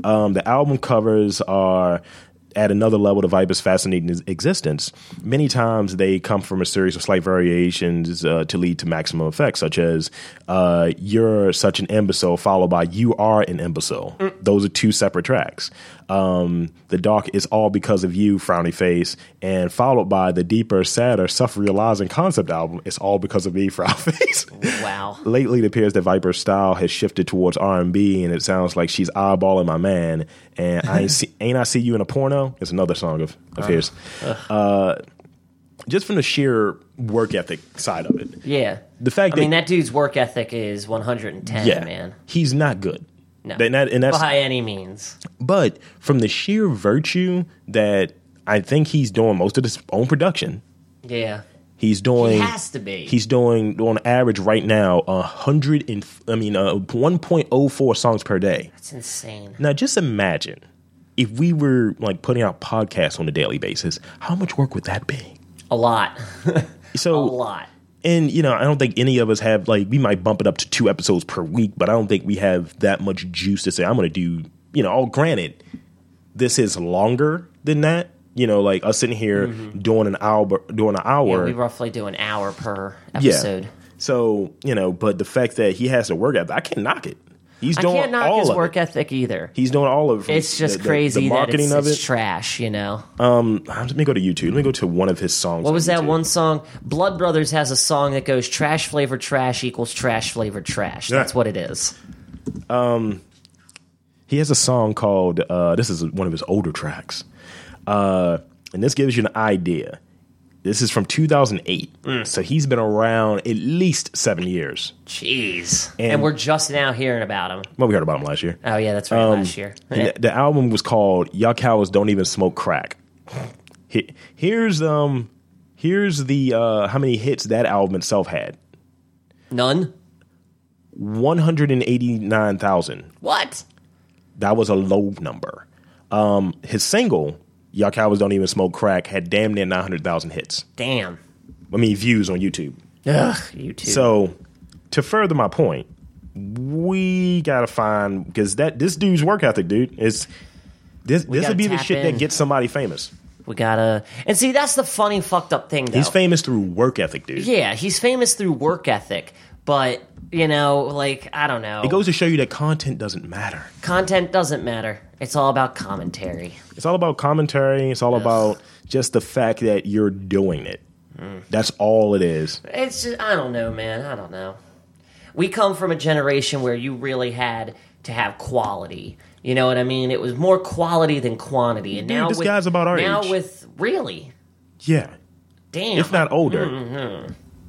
[SPEAKER 1] Um, the album covers are at another level to Viper's fascinating ex- existence. Many times they come from a series of slight variations uh, to lead to maximum effect, such as uh, You're Such an Imbecile, followed by You Are an Imbecile. Those are two separate tracks. Um, the dark is all because of you, frowny face, and followed by the deeper, sadder, self realizing concept album, It's All Because of Me, frown face.
[SPEAKER 2] Wow.
[SPEAKER 1] Lately, it appears that Viper's style has shifted towards R and B, and it sounds like she's eyeballing my man. And I ain't, see, ain't I see you in a porno? It's another song of of his. Uh, just from the sheer work ethic side of it,
[SPEAKER 2] Yeah.
[SPEAKER 1] the fact
[SPEAKER 2] I
[SPEAKER 1] that,
[SPEAKER 2] mean, that dude's work ethic is 110,
[SPEAKER 1] yeah,
[SPEAKER 2] man.
[SPEAKER 1] he's not good.
[SPEAKER 2] No.
[SPEAKER 1] And that- and that's
[SPEAKER 2] By any means.
[SPEAKER 1] But from the sheer virtue that I think he's doing most of his own production,
[SPEAKER 2] Yeah.
[SPEAKER 1] He's doing.
[SPEAKER 2] He has to be.
[SPEAKER 1] He's doing on average right now a hundred and I mean uh, one point oh four songs per day.
[SPEAKER 2] It's insane.
[SPEAKER 1] Now just imagine if we were like putting out podcasts on a daily basis, how much work would that be?
[SPEAKER 2] A lot. a
[SPEAKER 1] So
[SPEAKER 2] lot.
[SPEAKER 1] and you know, I don't think any of us have like we might bump it up to two episodes per week, but I don't think we have that much juice to say I'm going to do. You know, all granted, this is longer than that. You know, like us sitting here
[SPEAKER 2] Mm-hmm.
[SPEAKER 1] doing an hour, doing an
[SPEAKER 2] Yeah,
[SPEAKER 1] hour.
[SPEAKER 2] we roughly do an hour per episode.
[SPEAKER 1] So you know, but the fact that he has to work ethic, I can't knock it. He's
[SPEAKER 2] I
[SPEAKER 1] doing
[SPEAKER 2] can't knock
[SPEAKER 1] all
[SPEAKER 2] his
[SPEAKER 1] of
[SPEAKER 2] work
[SPEAKER 1] it.
[SPEAKER 2] ethic either.
[SPEAKER 1] He's doing all of it.
[SPEAKER 2] It's
[SPEAKER 1] The-
[SPEAKER 2] just
[SPEAKER 1] the-
[SPEAKER 2] crazy
[SPEAKER 1] The marketing
[SPEAKER 2] that it's,
[SPEAKER 1] of
[SPEAKER 2] it's
[SPEAKER 1] it.
[SPEAKER 2] trash, you know?
[SPEAKER 1] Um, let me go to YouTube. Let me go to one of his songs.
[SPEAKER 2] what was that one song? Blood Brothers has a song that goes trash flavored trash equals trash flavored trash. That's
[SPEAKER 1] Yeah.
[SPEAKER 2] what it is.
[SPEAKER 1] He has a song called. Uh, this is one of his older tracks, uh, and this gives you an idea. This is from 2008,
[SPEAKER 2] Mm.
[SPEAKER 1] so he's been around at least seven years.
[SPEAKER 2] Jeez. And,
[SPEAKER 1] And-
[SPEAKER 2] we're just now hearing about him.
[SPEAKER 1] Well, we heard about him last year.
[SPEAKER 2] Oh, yeah, that's right,
[SPEAKER 1] Um,
[SPEAKER 2] last year.
[SPEAKER 1] And the, the album was called "Y'all Cowards Don't Even Smoke Crack." He- Here's um, here's the uh, how many hits that album itself had:
[SPEAKER 2] None?
[SPEAKER 1] one hundred and eighty nine thousand.
[SPEAKER 2] What?
[SPEAKER 1] That was a low number. Um, his single "Y'all Cowards Don't Even Smoke Crack" had damn near nine hundred thousand hits.
[SPEAKER 2] Damn.
[SPEAKER 1] I mean, views on YouTube.
[SPEAKER 2] Ugh, you too.
[SPEAKER 1] So, to further my point, we gotta find because that this dude's work ethic, dude, is this this
[SPEAKER 2] gotta
[SPEAKER 1] would be the
[SPEAKER 2] tap
[SPEAKER 1] shit
[SPEAKER 2] in.
[SPEAKER 1] that gets somebody famous.
[SPEAKER 2] We gotta and see that's the funny fucked up thing. Though.
[SPEAKER 1] He's famous through work ethic, dude.
[SPEAKER 2] Yeah, he's famous through work ethic, but you know, like I don't know.
[SPEAKER 1] It goes to show you that content doesn't matter.
[SPEAKER 2] Content doesn't matter. It's all about commentary.
[SPEAKER 1] It's all about commentary. It's all about just the fact that you're doing it.
[SPEAKER 2] Mm.
[SPEAKER 1] That's all it is.
[SPEAKER 2] It's just I don't know, man. I don't know. We come from a generation where you really had to have quality. You know what I mean? It was more quality than quantity. And
[SPEAKER 1] Dude,
[SPEAKER 2] now
[SPEAKER 1] this
[SPEAKER 2] with,
[SPEAKER 1] guy's about our
[SPEAKER 2] now
[SPEAKER 1] age.
[SPEAKER 2] with really
[SPEAKER 1] Yeah.
[SPEAKER 2] damn.
[SPEAKER 1] If not older.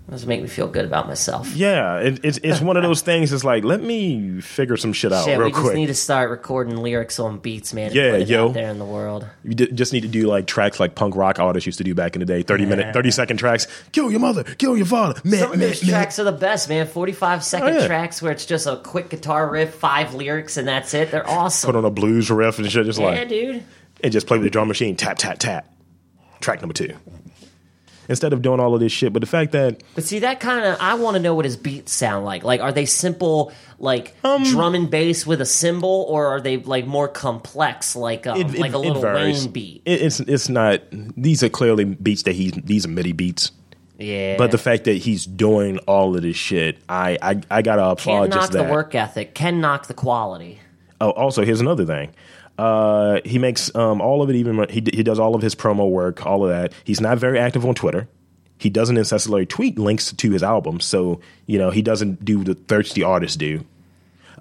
[SPEAKER 2] does make me feel good about myself.
[SPEAKER 1] Yeah. It, it's, it's one of those things that's like, let me figure some shit out
[SPEAKER 2] Shit,
[SPEAKER 1] real
[SPEAKER 2] we just
[SPEAKER 1] quick.
[SPEAKER 2] need to start recording lyrics on beats, man. and
[SPEAKER 1] Yeah,
[SPEAKER 2] put it
[SPEAKER 1] yo.
[SPEAKER 2] out there in the world.
[SPEAKER 1] you d- just need to do like tracks like punk rock artists used to do back in the day 30 minute, 30 second tracks. Kill your mother. Kill your father. Meh,
[SPEAKER 2] Some of
[SPEAKER 1] meh,
[SPEAKER 2] those
[SPEAKER 1] meh.
[SPEAKER 2] tracks are the best, man. Forty-five second
[SPEAKER 1] Oh, yeah.
[SPEAKER 2] tracks where it's just a quick guitar riff, five lyrics, and that's it. They're
[SPEAKER 1] Put
[SPEAKER 2] awesome.
[SPEAKER 1] on a blues riff and shit. Just
[SPEAKER 2] Yeah,
[SPEAKER 1] like,
[SPEAKER 2] dude.
[SPEAKER 1] and just play with the drum machine. Tap, tap, tap. Track number two. Instead of doing all of this shit, but the fact that
[SPEAKER 2] But see, that kind of I want to know what his beats sound like. Like, are they simple, like
[SPEAKER 1] Um,
[SPEAKER 2] drum and bass with a cymbal, or are they like more complex, like um,
[SPEAKER 1] it, it,
[SPEAKER 2] like a
[SPEAKER 1] it
[SPEAKER 2] little
[SPEAKER 1] varies.
[SPEAKER 2] Wayne beat?
[SPEAKER 1] It, it's it's not. These are clearly beats that he's. These are MIDI beats.
[SPEAKER 2] Yeah,
[SPEAKER 1] But the fact that he's doing all of this shit, I I, I gotta applaud
[SPEAKER 2] can knock
[SPEAKER 1] just
[SPEAKER 2] the
[SPEAKER 1] that.
[SPEAKER 2] work ethic, can knock the quality.
[SPEAKER 1] Oh, also here's another thing. Uh, he makes um, all of it. Even he d- he does all of his promo work, all of that. He's not very active on Twitter. He doesn't incessantly tweet links to his albums, so you know he doesn't do the thirsty artists do.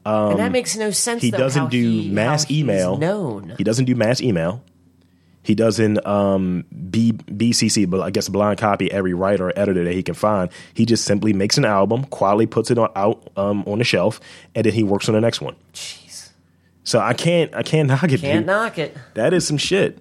[SPEAKER 2] and that makes no sense.
[SPEAKER 1] Um, He
[SPEAKER 2] though, how
[SPEAKER 1] doesn't do
[SPEAKER 2] he-
[SPEAKER 1] mass
[SPEAKER 2] how he's
[SPEAKER 1] email.
[SPEAKER 2] Known.
[SPEAKER 1] He doesn't do mass email. He doesn't um, B, BCC, but I guess blind copy every writer or editor that he can find. He just simply makes an album, quietly puts it on, out um, on the shelf, and then he works on the next one.
[SPEAKER 2] Jeez,
[SPEAKER 1] So I can't, I can't knock it.
[SPEAKER 2] can't
[SPEAKER 1] dude.
[SPEAKER 2] knock it.
[SPEAKER 1] That is some shit.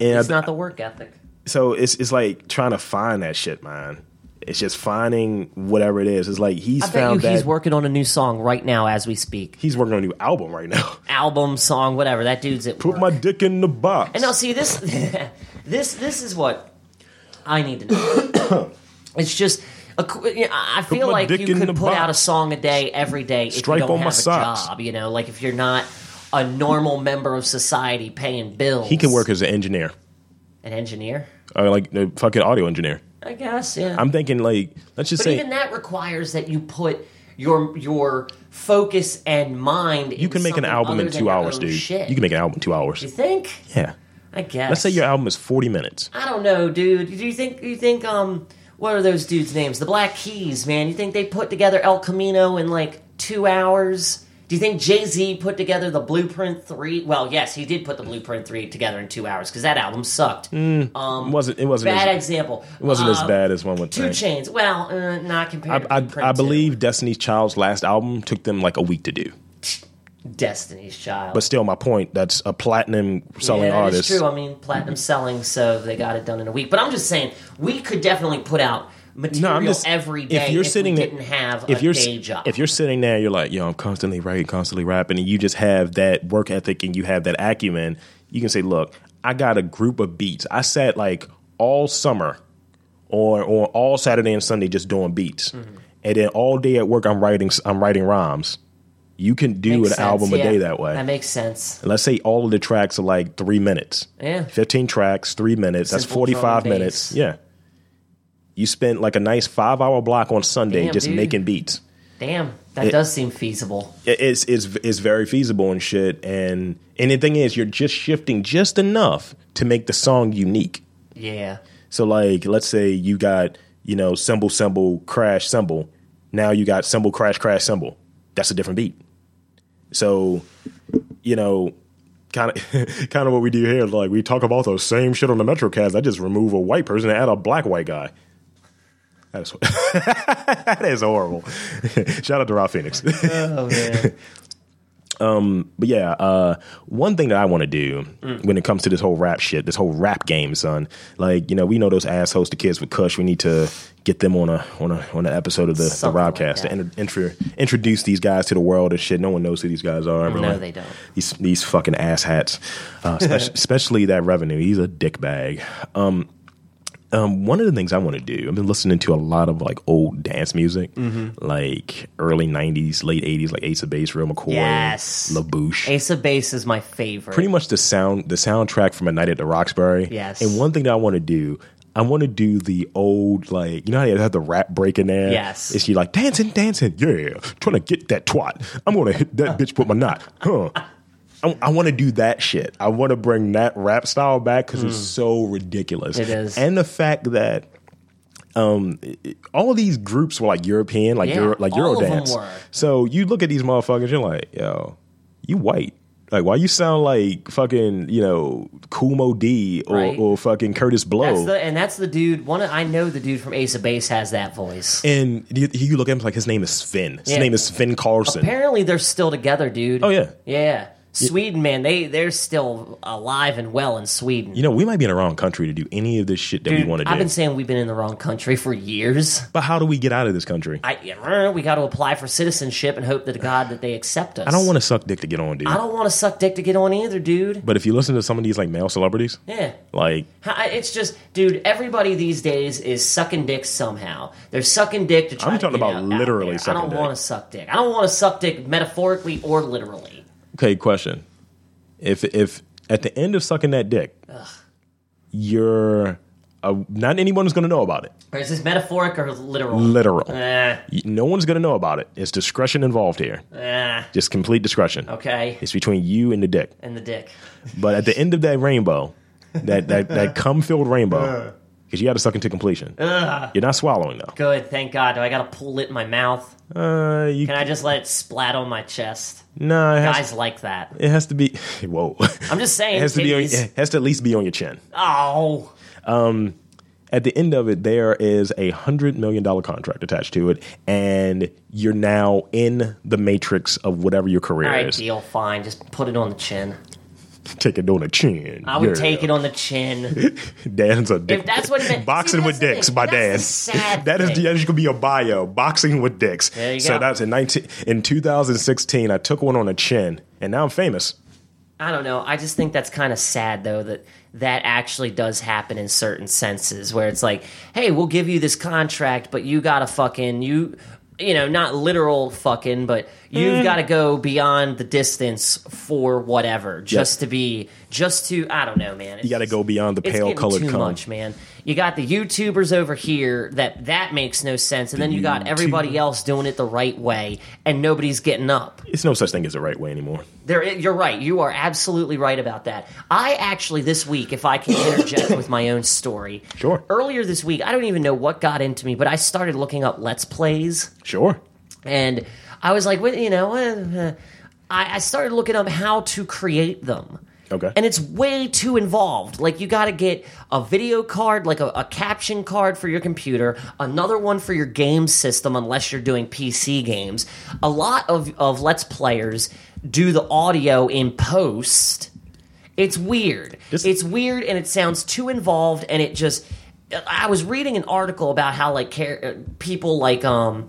[SPEAKER 1] And
[SPEAKER 2] It's
[SPEAKER 1] I-
[SPEAKER 2] not the work ethic.
[SPEAKER 1] so it's it's like trying to find that shit, man. It's just finding whatever it is. It's like he's
[SPEAKER 2] I bet you
[SPEAKER 1] found that
[SPEAKER 2] he's working on a new song right now as we speak.
[SPEAKER 1] he's working on a new album right now.
[SPEAKER 2] Album, song, whatever. That dude's at
[SPEAKER 1] Put
[SPEAKER 2] work.
[SPEAKER 1] my dick in the box.
[SPEAKER 2] And now, see this, this, this is what I need to know. it's just, a, qu- you know, I I feel
[SPEAKER 1] my
[SPEAKER 2] like
[SPEAKER 1] dick
[SPEAKER 2] you
[SPEAKER 1] in
[SPEAKER 2] could
[SPEAKER 1] the
[SPEAKER 2] put out a
[SPEAKER 1] box.
[SPEAKER 2] song a day every day if
[SPEAKER 1] Stripe
[SPEAKER 2] you don't
[SPEAKER 1] on my
[SPEAKER 2] have a
[SPEAKER 1] socks.
[SPEAKER 2] job. You know, like if you're not a normal member of society paying bills.
[SPEAKER 1] he can work as an engineer,
[SPEAKER 2] an engineer,
[SPEAKER 1] or like a fucking audio engineer.
[SPEAKER 2] I guess. Yeah,
[SPEAKER 1] I'm thinking like let's just
[SPEAKER 2] but
[SPEAKER 1] say
[SPEAKER 2] even that requires that you put your your focus and mind.
[SPEAKER 1] you can make an album in two hours, dude.
[SPEAKER 2] Shit.
[SPEAKER 1] You can make an album in two hours.
[SPEAKER 2] You think?
[SPEAKER 1] Yeah.
[SPEAKER 2] I guess.
[SPEAKER 1] Let's say your album is 40 minutes.
[SPEAKER 2] I don't know, dude. Do you think do you think um what are those dudes' names? The Black Keys, man. You think they put together El Camino in like two hours? Do you think Jay Z put together the Blueprint three? Well, yes, he did put the Blueprint three together in two hours because that album sucked.
[SPEAKER 1] It wasn't it wasn't
[SPEAKER 2] Um, Bad
[SPEAKER 1] as,
[SPEAKER 2] example.
[SPEAKER 1] Mm.
[SPEAKER 2] Uh,
[SPEAKER 1] it wasn't as bad as one would
[SPEAKER 2] Two
[SPEAKER 1] think.
[SPEAKER 2] Chains. Well, uh, not compared. to
[SPEAKER 1] I,
[SPEAKER 2] Blueprint
[SPEAKER 1] I
[SPEAKER 2] 2.
[SPEAKER 1] believe Destiny's Child's last album took them like a week to do.
[SPEAKER 2] Destiny's Child.
[SPEAKER 1] But still, my point that's a platinum selling Mm-hmm.
[SPEAKER 2] yeah,
[SPEAKER 1] artist.
[SPEAKER 2] It's true. I mean, platinum selling, so they got it done in a week. But I'm just saying, we could definitely put out material
[SPEAKER 1] just-
[SPEAKER 2] every
[SPEAKER 1] if
[SPEAKER 2] day
[SPEAKER 1] you're sitting
[SPEAKER 2] we
[SPEAKER 1] there-
[SPEAKER 2] didn't have
[SPEAKER 1] If
[SPEAKER 2] a
[SPEAKER 1] you're
[SPEAKER 2] day job.
[SPEAKER 1] if you're sitting there, you're like, yo, I'm constantly writing, constantly rapping, and you just have that work ethic and you have that acumen. You can say, look, I got a group of beats. I sat like all summer, or or all Saturday and Sunday just doing beats,
[SPEAKER 2] Mm-hmm.
[SPEAKER 1] and then all day at work I'm writing I'm writing rhymes. You can do
[SPEAKER 2] Makes
[SPEAKER 1] an
[SPEAKER 2] sense,
[SPEAKER 1] album a
[SPEAKER 2] yeah.
[SPEAKER 1] day that way.
[SPEAKER 2] That makes sense.
[SPEAKER 1] And let's say all of the tracks are like three minutes.
[SPEAKER 2] Yeah.
[SPEAKER 1] 15 tracks, three minutes. that's
[SPEAKER 2] Simple drum
[SPEAKER 1] 45
[SPEAKER 2] and bass.
[SPEAKER 1] minutes. Yeah. You spent like a nice five hour block on Sunday
[SPEAKER 2] Damn,
[SPEAKER 1] just
[SPEAKER 2] dude.
[SPEAKER 1] making beats.
[SPEAKER 2] Damn, that does seem feasible.
[SPEAKER 1] It- It's, it's, it's very feasible and shit. And, and the thing is, you're just shifting just enough to make the song unique.
[SPEAKER 2] Yeah.
[SPEAKER 1] So, like, let's say you got, you know, cymbal, cymbal, crash, cymbal. Now you got cymbal, crash, crash, cymbal. That's a different beat. So, you know, kind of, kind of what we do here. Like, we talk about those same shit on the MetroCast. I just remove a white person and add a black white guy. That is, that is horrible. Shout out to Rob Phoenix.
[SPEAKER 2] Oh man.
[SPEAKER 1] But yeah, uh, one thing that I want to do
[SPEAKER 2] Mm.
[SPEAKER 1] when it comes to this whole rap shit, this whole rap game, son. Like you know, we know those assholes, the kids with Kush. We need to get them on a on a on an episode of the, the
[SPEAKER 2] Something like
[SPEAKER 1] Robcast
[SPEAKER 2] that.
[SPEAKER 1] to inter- intro- introduce these guys to the world and shit. No one knows who these guys are.
[SPEAKER 2] No,
[SPEAKER 1] Everyone-
[SPEAKER 2] they don't.
[SPEAKER 1] These these fucking asshats, uh, especially, especially that revenue. He's a dick bag. Um, um, one of the things I want to do, I've been listening to a lot of like old dance music, like early '90s, late '80s, like Ace of Base, Real McCoy,
[SPEAKER 2] Yes.
[SPEAKER 1] LaBouche.
[SPEAKER 2] Ace of Base is my favorite.
[SPEAKER 1] Pretty much the sound, the soundtrack from A Night at the Roxbury.
[SPEAKER 2] Yes.
[SPEAKER 1] And one thing that I want to do, I want to do the old like you know how they have the rap break in there.
[SPEAKER 2] Yes.
[SPEAKER 1] Is she like dancing, dancing? Yeah, trying to get that twat. I'm gonna hit that bitch with my knot. Huh. I, I want to do that shit. I want to bring that rap style back because it's so ridiculous.
[SPEAKER 2] Hmm. It is.
[SPEAKER 1] and the fact that um, all these groups were like European, like
[SPEAKER 2] Yeah,
[SPEAKER 1] Euro, like
[SPEAKER 2] all of them
[SPEAKER 1] Eurodance.
[SPEAKER 2] were.
[SPEAKER 1] So you look at these motherfuckers, you're like, yo, you white. Like why you sound like fucking you know Kumo D or,
[SPEAKER 2] Right.
[SPEAKER 1] or fucking Curtis
[SPEAKER 2] That's
[SPEAKER 1] Blow.
[SPEAKER 2] the and that's the dude. One of, I know the dude from Ace of Base has that voice.
[SPEAKER 1] and you, you look at him like his name is Finn. His
[SPEAKER 2] Yeah.
[SPEAKER 1] name is Finn Carlson.
[SPEAKER 2] Apparently they're still together, dude.
[SPEAKER 1] Oh, yeah.
[SPEAKER 2] yeah. Sweden, man, they they're still alive and well in Sweden.
[SPEAKER 1] you know we might be in the wrong country to do any of this shit that we want to do.
[SPEAKER 2] I've been saying we've been in the wrong country for years.
[SPEAKER 1] but how do we get out of this country? I,
[SPEAKER 2] I yeah, we got to apply for citizenship and hope that God that they accept us.
[SPEAKER 1] don't want to suck dick to get on, dude.
[SPEAKER 2] I don't want to suck dick to get on either, dude.
[SPEAKER 1] But if you listen to some of these like male celebrities,
[SPEAKER 2] Yeah.
[SPEAKER 1] like
[SPEAKER 2] How- I- It's just, dude. Everybody these days is sucking dick somehow. They're sucking dick to try.
[SPEAKER 1] I'm
[SPEAKER 2] to
[SPEAKER 1] talking
[SPEAKER 2] get
[SPEAKER 1] about
[SPEAKER 2] out- out
[SPEAKER 1] literally
[SPEAKER 2] there. I
[SPEAKER 1] sucking
[SPEAKER 2] don't
[SPEAKER 1] dick.
[SPEAKER 2] want to suck dick. I don't want to suck dick metaphorically or literally.
[SPEAKER 1] Okay, question. If if at the end of sucking that dick, you're uh, not anyone's going to know about it.
[SPEAKER 2] Or is this metaphoric or literal?
[SPEAKER 1] Literal.
[SPEAKER 2] Eh,
[SPEAKER 1] You- No one's going to know about it. It's discretion involved here.
[SPEAKER 2] eh,
[SPEAKER 1] Just complete discretion.
[SPEAKER 2] okay.
[SPEAKER 1] It's between you and the dick.
[SPEAKER 2] And the dick.
[SPEAKER 1] But at the end of that rainbow, that that that cum filled
[SPEAKER 2] Uh.
[SPEAKER 1] rainbow, because you got to suck into completion. You're not swallowing though.
[SPEAKER 2] Good. Thank God. Do I got to pull it in my mouth?
[SPEAKER 1] Uh, you
[SPEAKER 2] Can I just let it splat on my chest?
[SPEAKER 1] nah. It has,
[SPEAKER 2] Guys like that.
[SPEAKER 1] it has to be. Whoa.
[SPEAKER 2] I'm just saying.
[SPEAKER 1] it has to be. On,
[SPEAKER 2] titties.
[SPEAKER 1] it has to at least be on your chin.
[SPEAKER 2] Oh,
[SPEAKER 1] at the end of it, there is a hundred million dollar contract attached to it, and you're now in the matrix of whatever your career
[SPEAKER 2] all right,
[SPEAKER 1] is.
[SPEAKER 2] deal, fine. Just put it on the chin.
[SPEAKER 1] Take it on the chin.
[SPEAKER 2] I would take it on the chin.
[SPEAKER 1] Dan's a dick.
[SPEAKER 2] If that's what it meant-
[SPEAKER 1] boxing
[SPEAKER 2] See,
[SPEAKER 1] with
[SPEAKER 2] that's the
[SPEAKER 1] dicks
[SPEAKER 2] thing.
[SPEAKER 1] by Dan.
[SPEAKER 2] That's the sad
[SPEAKER 1] that is
[SPEAKER 2] thing.
[SPEAKER 1] that is gonna be a bio. Boxing with dicks.
[SPEAKER 2] There you
[SPEAKER 1] so
[SPEAKER 2] go.
[SPEAKER 1] that's in nineteen in 2016. I took one on the chin, and now I'm famous.
[SPEAKER 2] I don't know. I just think that's kind of sad, though, that that actually does happen in certain senses where it's like, hey, we'll give you this contract, but you gotta fucking, you, you know, not literal fucking, but
[SPEAKER 1] Mm.
[SPEAKER 2] you've gotta go beyond the distance for whatever just to be, just to, I don't know, man.
[SPEAKER 1] You got to go beyond the
[SPEAKER 2] It's
[SPEAKER 1] pale
[SPEAKER 2] getting
[SPEAKER 1] colored
[SPEAKER 2] too
[SPEAKER 1] cum.
[SPEAKER 2] much, man. You got the YouTubers over here that that makes no sense, and then you got everybody
[SPEAKER 1] YouTuber.
[SPEAKER 2] else doing it the right way, and nobody's getting up.
[SPEAKER 1] It's no such thing as the right way anymore.
[SPEAKER 2] There, you're right. You are absolutely right about that. I actually this week, if I can interject with my own story,
[SPEAKER 1] Sure.
[SPEAKER 2] Earlier this week, I don't even know what got into me, but I started looking up Let's Plays
[SPEAKER 1] Sure.
[SPEAKER 2] and I was like, well, you know, uh, I, I started looking up how to create them.
[SPEAKER 1] Okay.
[SPEAKER 2] And it's way too involved. Like, you got to get a video card, like a, a caption card for your computer, another one for your game system, unless you're doing PC games. A lot of, of Let's Players do the audio in post. It's weird.
[SPEAKER 1] This-
[SPEAKER 2] it's weird, and it sounds too involved, and it just. I was reading an article about how like care, uh, people like um,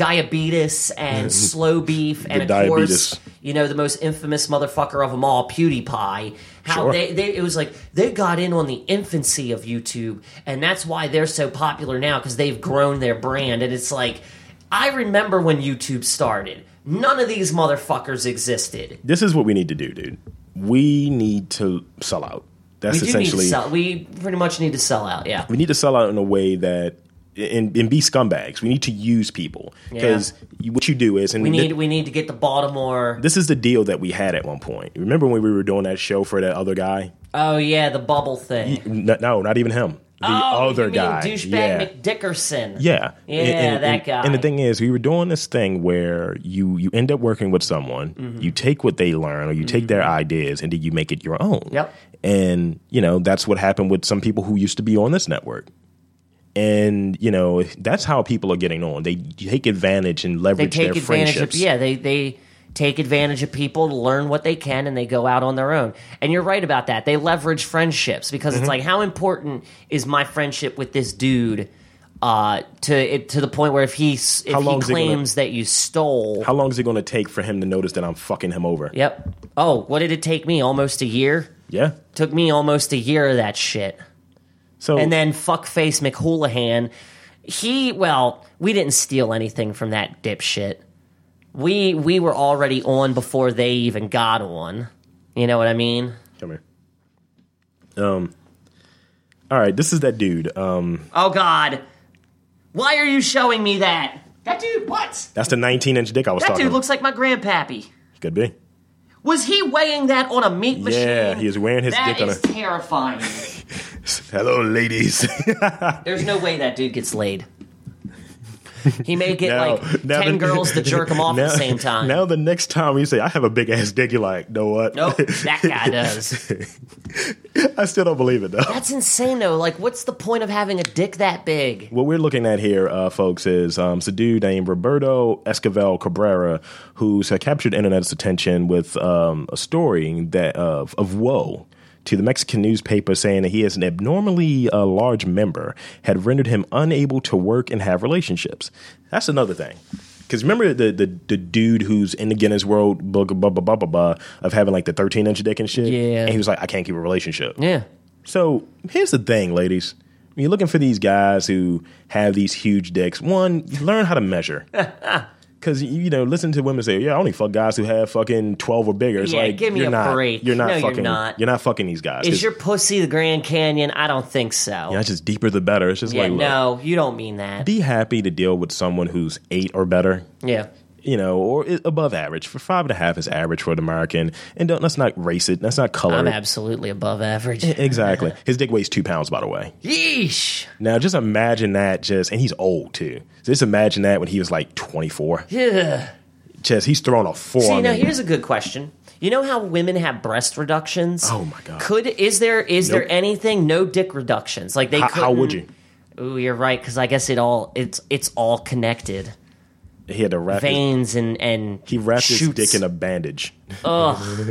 [SPEAKER 2] diabetes and slow beef, and of
[SPEAKER 1] diabetes.
[SPEAKER 2] course, you know the most infamous motherfucker of them all, PewDiePie. How
[SPEAKER 1] Sure.
[SPEAKER 2] they, they it was like they got in on the infancy of YouTube, and that's why they're so popular now because they've grown their brand, and it's like I remember when YouTube started. None of these motherfuckers existed.
[SPEAKER 1] This is what we need to do, dude. We need to sell out. That's
[SPEAKER 2] We do need to
[SPEAKER 1] essentially
[SPEAKER 2] sell. We pretty much need to sell out. Yeah.
[SPEAKER 1] we need to sell out in a way that and, and be scumbags. We need to use people because what you do is and
[SPEAKER 2] We
[SPEAKER 1] thi-
[SPEAKER 2] need we need to get the Baltimore.
[SPEAKER 1] this is the deal that we had at one point. Remember when we were doing that show for that other guy?
[SPEAKER 2] Oh yeah, the bubble thing.
[SPEAKER 1] No, no not even him. The
[SPEAKER 2] oh,
[SPEAKER 1] other
[SPEAKER 2] you mean
[SPEAKER 1] guy.
[SPEAKER 2] douchebag
[SPEAKER 1] yeah.
[SPEAKER 2] McDickerson.
[SPEAKER 1] yeah.
[SPEAKER 2] Yeah, that guy.
[SPEAKER 1] And the thing is, we were doing this thing where you you end up working with someone,
[SPEAKER 2] Mm-hmm.
[SPEAKER 1] you take what they learn or you take their ideas and then you make it your own.
[SPEAKER 2] Yep.
[SPEAKER 1] And, you know, that's what happened with some people who used to be on this network. And, you know, that's how people are getting on. They take advantage and
[SPEAKER 2] they
[SPEAKER 1] leverage
[SPEAKER 2] take
[SPEAKER 1] their
[SPEAKER 2] advantage of
[SPEAKER 1] friendships.
[SPEAKER 2] yeah they they take advantage of people to learn what they can and they go out on their own and you're right about that they leverage friendships because
[SPEAKER 1] Mm-hmm.
[SPEAKER 2] it's like how important is my friendship with this dude uh to it to the point where if he s- if
[SPEAKER 1] How long
[SPEAKER 2] he
[SPEAKER 1] is it gonna-
[SPEAKER 2] claims that you stole
[SPEAKER 1] How long is it going to take for him to notice that I'm fucking him over?
[SPEAKER 2] yep oh what did it take me almost a year
[SPEAKER 1] Yeah.
[SPEAKER 2] took me almost a year of that shit
[SPEAKER 1] So-
[SPEAKER 2] and then fuckface McHoulihan, he well, we didn't steal anything from that dipshit. We we were already on before they even got on. You know what I mean?
[SPEAKER 1] Come here. Um. All right, this is that dude. Um,
[SPEAKER 2] Oh God, why are you showing me that? That dude, what?
[SPEAKER 1] that's the 19 inch dick I was
[SPEAKER 2] That
[SPEAKER 1] talking.
[SPEAKER 2] dude
[SPEAKER 1] about.
[SPEAKER 2] looks like my grandpappy.
[SPEAKER 1] Could be.
[SPEAKER 2] Was he weighing that on a meat machine?
[SPEAKER 1] Yeah, he is wearing his
[SPEAKER 2] That
[SPEAKER 1] dick on
[SPEAKER 2] is terrifying.
[SPEAKER 1] a. Hello, ladies.
[SPEAKER 2] There's no way that dude gets laid. He may get
[SPEAKER 1] Now-
[SPEAKER 2] like
[SPEAKER 1] now
[SPEAKER 2] ten
[SPEAKER 1] the-
[SPEAKER 2] girls to jerk him off at the same time.
[SPEAKER 1] Now the next time you say I have a big ass dick, you're like, know what?
[SPEAKER 2] Nope, that guy does.
[SPEAKER 1] I still don't believe it though.
[SPEAKER 2] That's insane though. Like, what's the point of having a dick that big?
[SPEAKER 1] what we're looking at here, uh, folks, is um, it's a dude named Roberto Esquivel Cabrera who's uh, captured internet's attention with um, a story that of of woe to the Mexican newspaper saying that he has an abnormally uh, large member had rendered him unable to work and have relationships. That's another thing. Because remember the, the the dude who's in the Guinness World Book blah blah blah blah blah of having like the thirteen inch dick and shit.
[SPEAKER 2] Yeah.
[SPEAKER 1] and he was like, I can't keep a relationship.
[SPEAKER 2] Yeah.
[SPEAKER 1] So here's the thing, ladies. When you're looking for these guys who have these huge dicks, one, learn how to measure. Because, you know, listen to women say, yeah, I only fuck guys who have fucking 12 or bigger. It's
[SPEAKER 2] Yeah,
[SPEAKER 1] like,
[SPEAKER 2] give me
[SPEAKER 1] you're
[SPEAKER 2] a
[SPEAKER 1] not,
[SPEAKER 2] break.
[SPEAKER 1] You're not
[SPEAKER 2] No, you're
[SPEAKER 1] fucking,
[SPEAKER 2] not.
[SPEAKER 1] you're not fucking these guys.
[SPEAKER 2] Is
[SPEAKER 1] It's-
[SPEAKER 2] your pussy the Grand Canyon? I don't think so.
[SPEAKER 1] that's just deeper the better. It's just
[SPEAKER 2] yeah,
[SPEAKER 1] like, look,
[SPEAKER 2] no, you don't mean that.
[SPEAKER 1] be happy to deal with someone who's eight or better.
[SPEAKER 2] yeah.
[SPEAKER 1] You know, or i- above average. For five and a half is average for an American. And don't, let's not race it. Let's not color
[SPEAKER 2] I'm
[SPEAKER 1] it.
[SPEAKER 2] absolutely above average.
[SPEAKER 1] exactly. His dick weighs two pounds, by the way.
[SPEAKER 2] Yeesh.
[SPEAKER 1] Now, just imagine that. Just and he's old too. So just imagine that when he was like 24.
[SPEAKER 2] Yeah.
[SPEAKER 1] Just he's throwing a
[SPEAKER 2] See,
[SPEAKER 1] forearm.
[SPEAKER 2] now
[SPEAKER 1] in-
[SPEAKER 2] here's a good question. You know how women have breast reductions?
[SPEAKER 1] Oh, my God.
[SPEAKER 2] Could is there is
[SPEAKER 1] Nope.
[SPEAKER 2] there anything no dick reductions? Like they
[SPEAKER 1] how, how would
[SPEAKER 2] couldn't-
[SPEAKER 1] you?
[SPEAKER 2] Ooh, you're right cuz I guess it all it's it's all connected.
[SPEAKER 1] He had to wrap. His,
[SPEAKER 2] Veins and and
[SPEAKER 1] he wrapped his
[SPEAKER 2] shoots.
[SPEAKER 1] dick in a bandage.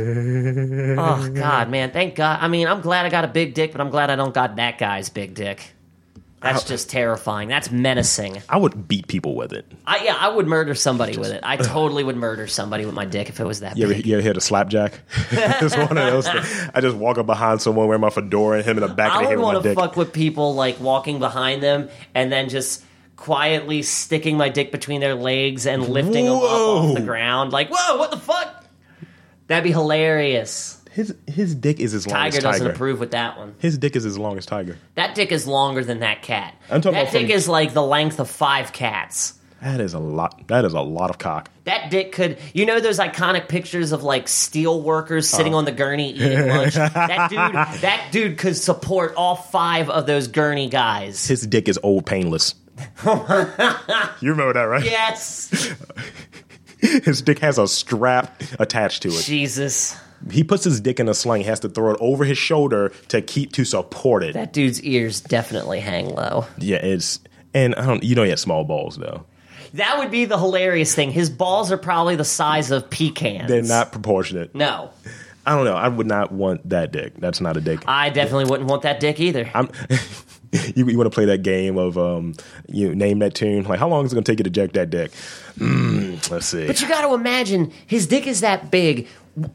[SPEAKER 2] Oh god, man. Thank God. I mean, I'm glad I got a big dick, but I'm glad I don't got that guy's big dick. That's just terrifying. That's menacing.
[SPEAKER 1] I would beat people with it.
[SPEAKER 2] I yeah, I would murder somebody with it. I totally would murder somebody with my dick if it was that
[SPEAKER 1] You ever,
[SPEAKER 2] big.
[SPEAKER 1] you ever heard of slapjack? it's one of those. Things. I just walk up behind someone wearing my fedora and him in the back of
[SPEAKER 2] I
[SPEAKER 1] the head
[SPEAKER 2] would
[SPEAKER 1] with my
[SPEAKER 2] want to
[SPEAKER 1] dick.
[SPEAKER 2] fuck with people like walking behind them and then just quietly sticking my dick between their legs and lifting them up
[SPEAKER 1] Whoa.
[SPEAKER 2] off the ground. Like, whoa, what the fuck? That'd be hilarious.
[SPEAKER 1] His his dick is as long
[SPEAKER 2] Tiger
[SPEAKER 1] as
[SPEAKER 2] doesn't
[SPEAKER 1] tiger.
[SPEAKER 2] approve with that one.
[SPEAKER 1] His dick is as long as tiger.
[SPEAKER 2] That dick is longer than that cat.
[SPEAKER 1] I'm talking
[SPEAKER 2] that
[SPEAKER 1] about from-
[SPEAKER 2] dick is like the length of five cats.
[SPEAKER 1] That is a lot. That is a lot of cock.
[SPEAKER 2] That dick could, you know, those iconic pictures of like steel workers sitting
[SPEAKER 1] Oh.
[SPEAKER 2] on the gurney eating lunch. that dude, that dude could support all five of those gurney guys.
[SPEAKER 1] His dick is old painless. you remember that, right?
[SPEAKER 2] Yes,
[SPEAKER 1] His dick has a strap attached to it.
[SPEAKER 2] Jesus,
[SPEAKER 1] he puts his dick in a sling, has to throw it over his shoulder to keep to support it.
[SPEAKER 2] that dude's ears definitely hang low.
[SPEAKER 1] yeah, it's and I don't. You know he had small balls though.
[SPEAKER 2] That would be the hilarious thing. His balls are probably the size of pecans.
[SPEAKER 1] They're not proportionate.
[SPEAKER 2] No,
[SPEAKER 1] I don't know. I would not want that dick. That's not a dick.
[SPEAKER 2] I definitely wouldn't want that dick either.
[SPEAKER 1] I'm. you you want to play that game of um you name that tune? Like how long is it gonna take you to jack that dick? Mm, let's see.
[SPEAKER 2] But you got to imagine his dick is that big.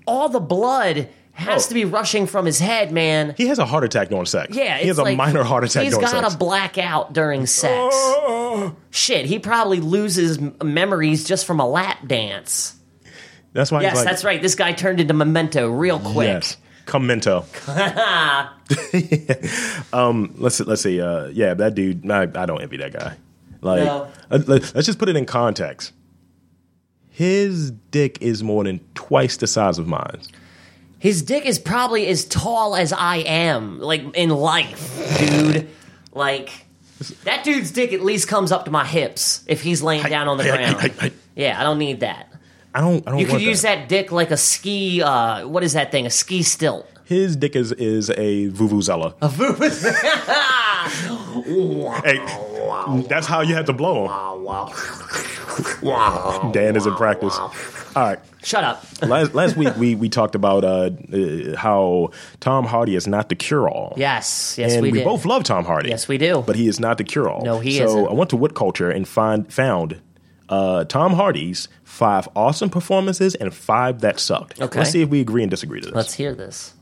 [SPEAKER 2] All the blood has
[SPEAKER 1] Oh.
[SPEAKER 2] to be rushing from his head, man.
[SPEAKER 1] he has a heart attack during sex.
[SPEAKER 2] Yeah,
[SPEAKER 1] he has
[SPEAKER 2] it's
[SPEAKER 1] a
[SPEAKER 2] like
[SPEAKER 1] minor heart attack
[SPEAKER 2] He's
[SPEAKER 1] during
[SPEAKER 2] got
[SPEAKER 1] sex.
[SPEAKER 2] to black out during sex.
[SPEAKER 1] Oh.
[SPEAKER 2] Shit, he probably loses m- memories just from a lap dance.
[SPEAKER 1] that's why.
[SPEAKER 2] Yes,
[SPEAKER 1] he's like,
[SPEAKER 2] that's right. This guy turned into Memento real quick.
[SPEAKER 1] Yes. Come Mento. um, let's let's see. Uh, yeah, that dude. I, I don't envy that guy. Like,
[SPEAKER 2] No.
[SPEAKER 1] let, let- let's just put it in context. His dick is more than twice the size of mine.
[SPEAKER 2] His dick is probably as tall as I am, like in life, dude. Like that dude's dick at least comes up to my hips if he's laying down on the ground. Yeah, I don't need that.
[SPEAKER 1] I don't. I don't.
[SPEAKER 2] You could
[SPEAKER 1] want
[SPEAKER 2] use that dick like a ski. Uh, what is that thing? A ski stilt.
[SPEAKER 1] His dick is is a vuvuzela. hey, that's how you have to blow him. Dan is in practice. All right.
[SPEAKER 2] Shut up.
[SPEAKER 1] last, last week we, we talked about uh, uh, how Tom Hardy is not the cure all.
[SPEAKER 2] Yes, yes,
[SPEAKER 1] And
[SPEAKER 2] we,
[SPEAKER 1] we,
[SPEAKER 2] did.
[SPEAKER 1] both love Tom Hardy.
[SPEAKER 2] Yes, we do.
[SPEAKER 1] But he is not the cure all.
[SPEAKER 2] No, he
[SPEAKER 1] so
[SPEAKER 2] isn't.
[SPEAKER 1] I went to Wood Culture and find found uh, Tom Hardy's five awesome performances and five that sucked.
[SPEAKER 2] Okay.
[SPEAKER 1] Let's see if we agree and disagree to this.
[SPEAKER 2] Let's hear this.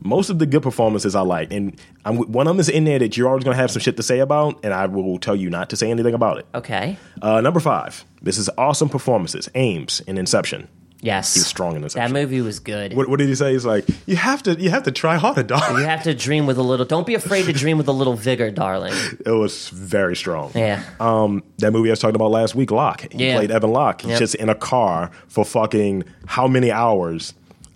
[SPEAKER 1] most of the good performances I like, and I'm, one of them is in there that you're always going to have some shit to say about, and I will tell you not to say anything about it.
[SPEAKER 2] Okay.
[SPEAKER 1] Uh, number five, this is awesome performances. Ames in Inception.
[SPEAKER 2] Yes.
[SPEAKER 1] He was strong in Inception.
[SPEAKER 2] That movie was good.
[SPEAKER 1] What, what did he say? He's like, you have to, you have to try harder, dog.
[SPEAKER 2] you have to dream with a little. Don't be afraid to dream with a little vigor, darling.
[SPEAKER 1] It was very strong.
[SPEAKER 2] Yeah.
[SPEAKER 1] Um, that movie I was talking about last week, Locke. He
[SPEAKER 2] Yeah.
[SPEAKER 1] played Evan Locke. He's
[SPEAKER 2] Yep.
[SPEAKER 1] just in a car for fucking how many hours?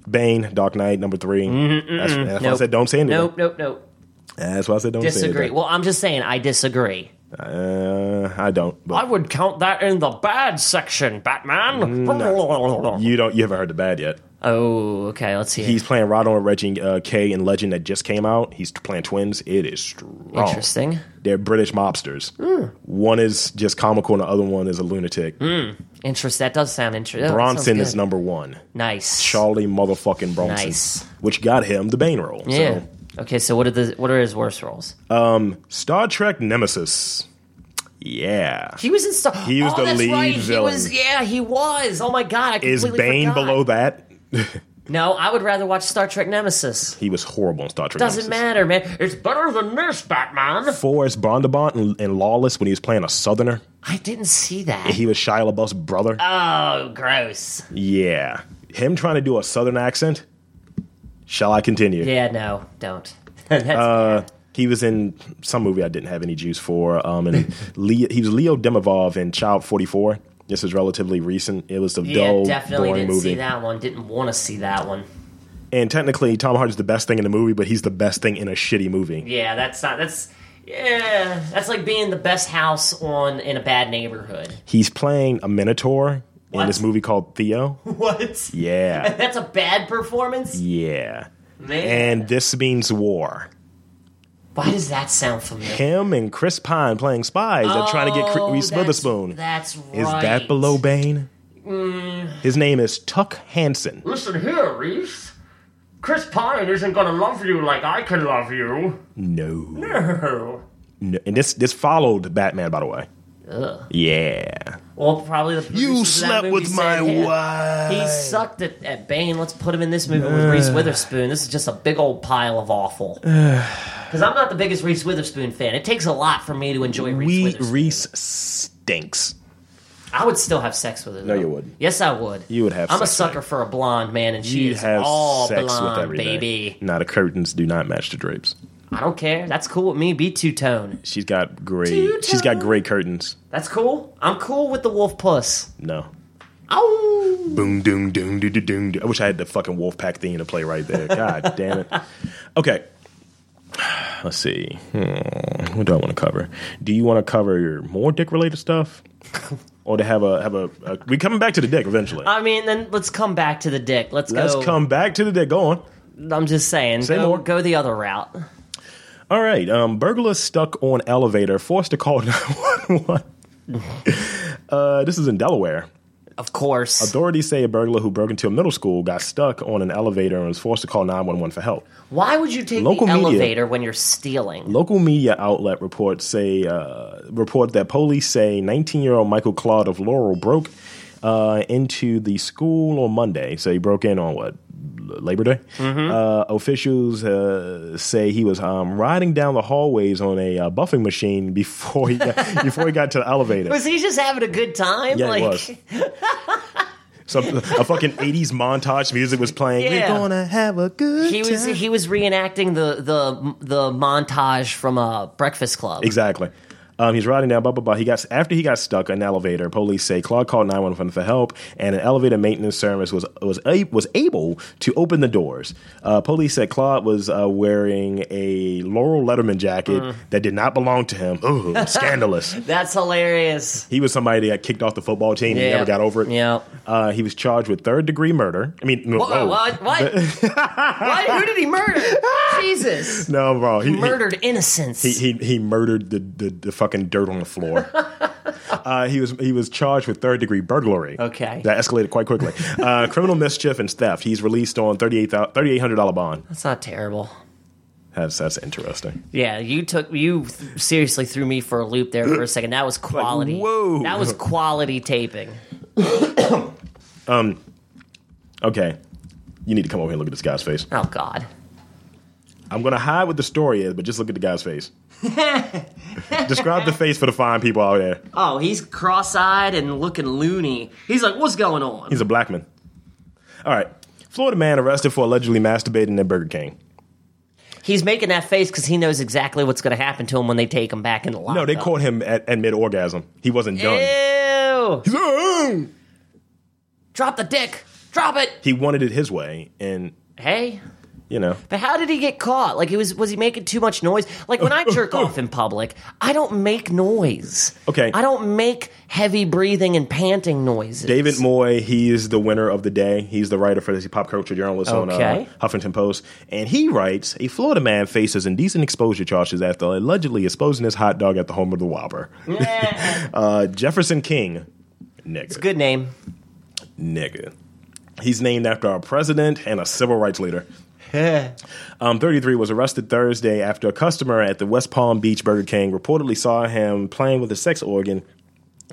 [SPEAKER 1] Bane, Dark Knight, number 3 That's, that's why I
[SPEAKER 2] Mm-hmm, Nope.
[SPEAKER 1] said don't say anything.
[SPEAKER 2] Nope. Nope. Nope.
[SPEAKER 1] That's why I said don't
[SPEAKER 2] Disagree.
[SPEAKER 1] say
[SPEAKER 2] Well, I'm just saying I disagree.
[SPEAKER 1] anything. Uh, I don't.
[SPEAKER 2] I
[SPEAKER 1] But
[SPEAKER 2] would count that in the bad section, Batman.
[SPEAKER 1] you don't. You haven't heard the bad yet.
[SPEAKER 2] Oh, okay. Let's see.
[SPEAKER 1] He's playing Rod on Reggie uh, K in Legend that just came out. He's playing twins. It is strong.
[SPEAKER 2] Interesting. Hmm.
[SPEAKER 1] They're British mobsters. One is just comical, and the other one is a lunatic.
[SPEAKER 2] Interest. That does sound interesting.
[SPEAKER 1] Bronson is number one.
[SPEAKER 2] nice.
[SPEAKER 1] Charlie motherfucking Bronson,
[SPEAKER 2] Nice.
[SPEAKER 1] which got him the Bane role.
[SPEAKER 2] Yeah.
[SPEAKER 1] So,
[SPEAKER 2] Okay. So what are the what are his worst roles?
[SPEAKER 1] Star Trek Nemesis. Yeah.
[SPEAKER 2] He was in Star.
[SPEAKER 1] He was
[SPEAKER 2] oh,
[SPEAKER 1] the
[SPEAKER 2] that's
[SPEAKER 1] lead
[SPEAKER 2] right.
[SPEAKER 1] villain.
[SPEAKER 2] He was. Yeah, he was. Oh my god! I
[SPEAKER 1] Is
[SPEAKER 2] completely
[SPEAKER 1] Bane
[SPEAKER 2] forgot.
[SPEAKER 1] below that?
[SPEAKER 2] No, I would rather watch Star Trek Nemesis.
[SPEAKER 1] He was horrible in Star Trek
[SPEAKER 2] Doesn't
[SPEAKER 1] Nemesis.
[SPEAKER 2] matter, man. It's better than this, Batman.
[SPEAKER 1] Forrest Bondabont and, and Lawless when he was playing a Southerner.
[SPEAKER 2] I didn't see that.
[SPEAKER 1] He was Shia LaBeouf's brother.
[SPEAKER 2] oh, gross.
[SPEAKER 1] yeah. Him trying to do a Southern accent. Shall I continue?
[SPEAKER 2] Yeah, no, don't. That's
[SPEAKER 1] He was in some movie I didn't have any juice for. Um, and Leo, he was Leo Demovov in Child 44. This is relatively recent. It was a
[SPEAKER 2] yeah,
[SPEAKER 1] dull,
[SPEAKER 2] definitely
[SPEAKER 1] boring
[SPEAKER 2] didn't
[SPEAKER 1] movie.
[SPEAKER 2] see that one. Didn't want to see that one.
[SPEAKER 1] And technically, Tom Hardy's the best thing in the movie, but he's the best thing in a shitty movie.
[SPEAKER 2] Yeah, that's not. That's yeah. That's like being the best house on in a bad neighborhood.
[SPEAKER 1] He's playing a minotaur in
[SPEAKER 2] What?
[SPEAKER 1] this movie called Theo.
[SPEAKER 2] What?
[SPEAKER 1] Yeah,
[SPEAKER 2] That's a bad performance.
[SPEAKER 1] yeah.
[SPEAKER 2] Man,
[SPEAKER 1] And this means war.
[SPEAKER 2] why does that sound familiar?
[SPEAKER 1] Him and Chris Pine playing spies that are trying to get Cre-
[SPEAKER 2] Oh,
[SPEAKER 1] Reese
[SPEAKER 2] that's-
[SPEAKER 1] Witherspoon.
[SPEAKER 2] That's right. Mm.
[SPEAKER 1] Is that below Bane? His name is Tuck Hansen.
[SPEAKER 2] Listen here, Reese. Chris Pine isn't gonna love you like I can love you.
[SPEAKER 1] No.
[SPEAKER 2] No.
[SPEAKER 1] no. And this this followed Batman, by the way.
[SPEAKER 2] Ugh.
[SPEAKER 1] Yeah.
[SPEAKER 2] Well, probably the
[SPEAKER 1] You
[SPEAKER 2] producers of that
[SPEAKER 1] slept
[SPEAKER 2] movie
[SPEAKER 1] with
[SPEAKER 2] said,
[SPEAKER 1] my
[SPEAKER 2] "Hey,
[SPEAKER 1] wife.
[SPEAKER 2] He sucked at, at Bane. Let's put him in this movie with Reese Witherspoon. This is just a big old pile of awful. Because I'm not the biggest Reese Witherspoon fan. It takes a lot for me to enjoy Reese
[SPEAKER 1] we
[SPEAKER 2] Witherspoon.
[SPEAKER 1] Reese stinks.
[SPEAKER 2] I would still have sex with her. No,
[SPEAKER 1] you wouldn't.
[SPEAKER 2] Yes, I would.
[SPEAKER 1] You would have
[SPEAKER 2] I'm a
[SPEAKER 1] sex with
[SPEAKER 2] sucker for a blonde man, and she
[SPEAKER 1] You
[SPEAKER 2] is
[SPEAKER 1] have
[SPEAKER 2] all
[SPEAKER 1] sex
[SPEAKER 2] blonde,
[SPEAKER 1] with everything.
[SPEAKER 2] baby.
[SPEAKER 1] Now the curtains do not match the drapes.
[SPEAKER 2] I don't care. That's cool with me. Be two tone.
[SPEAKER 1] She's got
[SPEAKER 2] Two
[SPEAKER 1] great. She's got
[SPEAKER 2] times.
[SPEAKER 1] great curtains.
[SPEAKER 2] That's cool. I'm cool with the wolf puss.
[SPEAKER 1] No.
[SPEAKER 2] Oh,
[SPEAKER 1] Boom, doom, doom, doo, doo, doom. doo. I wish I had the fucking Wolfpack theme to play right there. God damn it. Okay. Let's see. Hmm, What do I want to cover? Do you want to cover more dick related stuff, or to have a have a, a? We coming back to the dick eventually.
[SPEAKER 2] I mean, then let's come back to the dick. Let's,
[SPEAKER 1] Let's
[SPEAKER 2] go.
[SPEAKER 1] come back to the dick. Go on.
[SPEAKER 2] I'm just saying,
[SPEAKER 1] Say
[SPEAKER 2] go,
[SPEAKER 1] more.
[SPEAKER 2] go the other route.
[SPEAKER 1] All right. Um, burglar stuck on elevator, forced to call nine one one. Uh, this is in Delaware.
[SPEAKER 2] Of course.
[SPEAKER 1] Authorities say a burglar who broke into a middle school got stuck on an elevator and was forced to call 911 for help.
[SPEAKER 2] Why would you take
[SPEAKER 1] Local
[SPEAKER 2] the
[SPEAKER 1] media-
[SPEAKER 2] elevator when you're stealing?
[SPEAKER 1] Local media outlet reports say uh, report that police say 19-year-old Michael Claude of Laurel broke uh, into the school on Monday. So he broke in on what L- Labor Day. Uh, officials uh, say he was um, riding down the hallways on a uh, buffing machine before he got, before he got to the elevator.
[SPEAKER 2] Was he just having a good time?
[SPEAKER 1] Yeah,
[SPEAKER 2] like,
[SPEAKER 1] it was. Some, a fucking 80s montage music was playing.
[SPEAKER 2] Yeah.
[SPEAKER 1] We're gonna have a good
[SPEAKER 2] He was
[SPEAKER 1] time.
[SPEAKER 2] he was reenacting the the the montage from uh, Breakfast Club.
[SPEAKER 1] Exactly. Um, he's riding down, blah blah blah. He got after he got stuck in an elevator. Police say Claude called nine one one for help, and an elevator maintenance service was was a, was able to open the doors. Uh, police said Claude was uh, wearing a Laurel Letterman jacket
[SPEAKER 2] Mm.
[SPEAKER 1] that did not belong to him. Ooh, scandalous!
[SPEAKER 2] That's hilarious.
[SPEAKER 1] He was somebody that got kicked off the football team. and
[SPEAKER 2] Yeah.
[SPEAKER 1] He never got over it.
[SPEAKER 2] Yeah.
[SPEAKER 1] Uh, he was charged with third degree murder. I mean, no,
[SPEAKER 2] Whoa,
[SPEAKER 1] whoa.
[SPEAKER 2] what? What? Why? Who did he murder? Jesus.
[SPEAKER 1] no, bro. He, he-
[SPEAKER 2] Murdered innocence.
[SPEAKER 1] he he murdered the, the, the fucking dirt on the floor. uh, he was he was charged with third degree burglary.
[SPEAKER 2] Okay.
[SPEAKER 1] that escalated quite quickly. Uh, criminal mischief and theft. He's released on thirty eight thirty eight hundred dollar bond.
[SPEAKER 2] That's not terrible.
[SPEAKER 1] That's that's interesting.
[SPEAKER 2] Yeah, you took you th- seriously threw me for a loop there for a second. That was quality.
[SPEAKER 1] whoa.
[SPEAKER 2] That was quality taping.
[SPEAKER 1] Okay, you need to come over here and look at this guy's face.
[SPEAKER 2] Oh God.
[SPEAKER 1] I'm gonna hide what the story is, but just look at the guy's face. Describe the face for the fine people out there.
[SPEAKER 2] Oh, he's cross-eyed and looking loony. He's like, "What's going on?"
[SPEAKER 1] He's a black man. All right. Florida man arrested for allegedly masturbating at Burger King.
[SPEAKER 2] He's making that face because he knows exactly what's going to happen to him when they take him back in the
[SPEAKER 1] No, they
[SPEAKER 2] lockup.
[SPEAKER 1] caught him at, at mid orgasm. He wasn't done.
[SPEAKER 2] Eh. Ew!
[SPEAKER 1] He's like, "Oh."
[SPEAKER 2] Drop the dick. Drop it.
[SPEAKER 1] He wanted it his way, and
[SPEAKER 2] Hey,
[SPEAKER 1] you know,
[SPEAKER 2] But how did he get caught? Like he was was he making too much noise? Like when I jerk off in public, I don't make noise.
[SPEAKER 1] Okay.
[SPEAKER 2] I don't make heavy breathing and panting noises.
[SPEAKER 1] David Moy, he is the winner of the day. He's the writer for the pop culture journalist on
[SPEAKER 2] Okay.
[SPEAKER 1] uh, Huffington Post. And he writes A Florida man faces indecent exposure charges after allegedly exposing his hot dog at the home of the Whopper. uh, Jefferson King, nigga.
[SPEAKER 2] Good name.
[SPEAKER 1] Nigga. He's named after a president and a civil rights leader. Um, 33 was arrested Thursday after a customer at the West Palm Beach Burger King reportedly saw him playing with his sex organ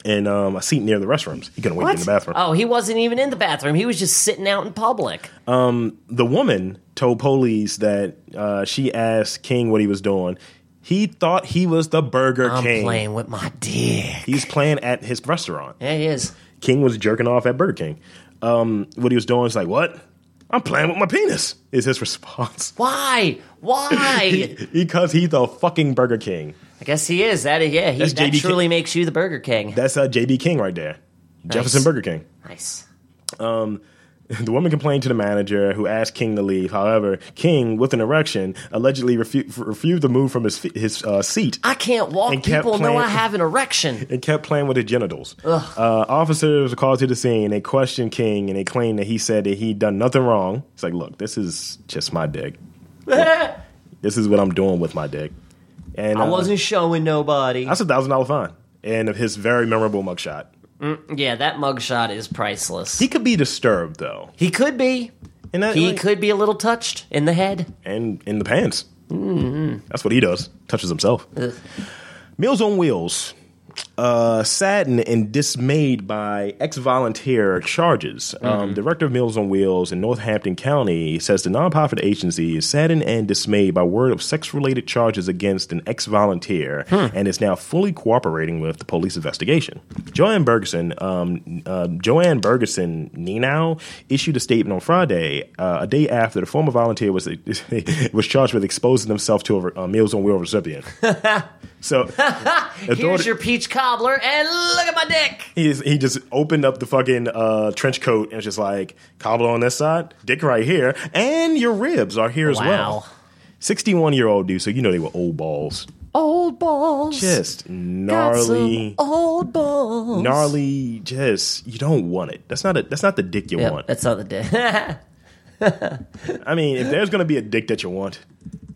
[SPEAKER 1] in um, a seat near the restrooms. He couldn't wait in the bathroom.
[SPEAKER 2] Oh, he wasn't even in the bathroom. He was just sitting out in public.
[SPEAKER 1] the woman told police that uh, she asked King what he was doing. He thought he was the Burger
[SPEAKER 2] I'm
[SPEAKER 1] King.
[SPEAKER 2] playing with my dick.
[SPEAKER 1] He's playing at his restaurant.
[SPEAKER 2] Yeah, he is.
[SPEAKER 1] King was jerking off at Burger King. Um, what he was doing is like, what? I'm playing with my penis. Is his response
[SPEAKER 2] Why? Why?
[SPEAKER 1] because he the fucking Burger King.
[SPEAKER 2] I guess he is. That yeah, he,
[SPEAKER 1] That's
[SPEAKER 2] that
[SPEAKER 1] JB
[SPEAKER 2] truly makes you the Burger King.
[SPEAKER 1] That's uh, JB King right there. Jefferson Burger King.
[SPEAKER 2] nice.
[SPEAKER 1] The woman complained to the manager, who asked King to leave. However, King, with an erection, allegedly refu- refused to move from his fe- his uh, seat
[SPEAKER 2] I can't walk.
[SPEAKER 1] And kept
[SPEAKER 2] People know I
[SPEAKER 1] playing-
[SPEAKER 2] have an erection.
[SPEAKER 1] and kept playing with his genitals. Uh, officers were called to the scene. They questioned King and they claimed that he said that he'd done nothing wrong. It's like, look, this is just my dick.
[SPEAKER 2] I
[SPEAKER 1] This is what I'm doing with my dick. And uh,
[SPEAKER 2] wasn't showing nobody.
[SPEAKER 1] That's a thousand dollar fine. And of his very memorable mugshot.
[SPEAKER 2] Yeah, that mugshot is priceless.
[SPEAKER 1] He could be disturbed though,
[SPEAKER 2] He could be.
[SPEAKER 1] and that,
[SPEAKER 2] He
[SPEAKER 1] like-
[SPEAKER 2] could be a little touched in the head.
[SPEAKER 1] and in the pants.
[SPEAKER 2] Mm-hmm.
[SPEAKER 1] That's what he does. Touches himself. Meals on Wheels. Uh, saddened and dismayed by ex-volunteer charges,
[SPEAKER 2] Mm-hmm.
[SPEAKER 1] um, director of Meals on Wheels in Northampton County says the nonprofit agency is saddened and dismayed by word of sex-related charges against an ex-volunteer
[SPEAKER 2] Hmm.
[SPEAKER 1] and is now fully cooperating with the police investigation. Joanne Bergeson, um, uh, Joanne Bergeson Ninow issued a statement on Friday, uh, a day after the former volunteer was was charged with exposing himself to a, a Meals on Wheels recipient. So
[SPEAKER 2] Here's
[SPEAKER 1] authority-
[SPEAKER 2] your peach cobbler, and look at my dick.
[SPEAKER 1] he, he just opened up the fucking uh, trench coat and was just like cobbler on this side, dick right here, and your ribs are here as
[SPEAKER 2] Wow.
[SPEAKER 1] well. Sixty-one year old dude, so you know they were old balls,
[SPEAKER 2] Old balls.
[SPEAKER 1] just
[SPEAKER 2] Got some
[SPEAKER 1] gnarly,
[SPEAKER 2] old balls.
[SPEAKER 1] gnarly. Just you don't want it. That's not a, that's not the dick you
[SPEAKER 2] Yep,
[SPEAKER 1] want.
[SPEAKER 2] that's not the dick. that
[SPEAKER 1] I mean, if there's gonna be a dick that you want,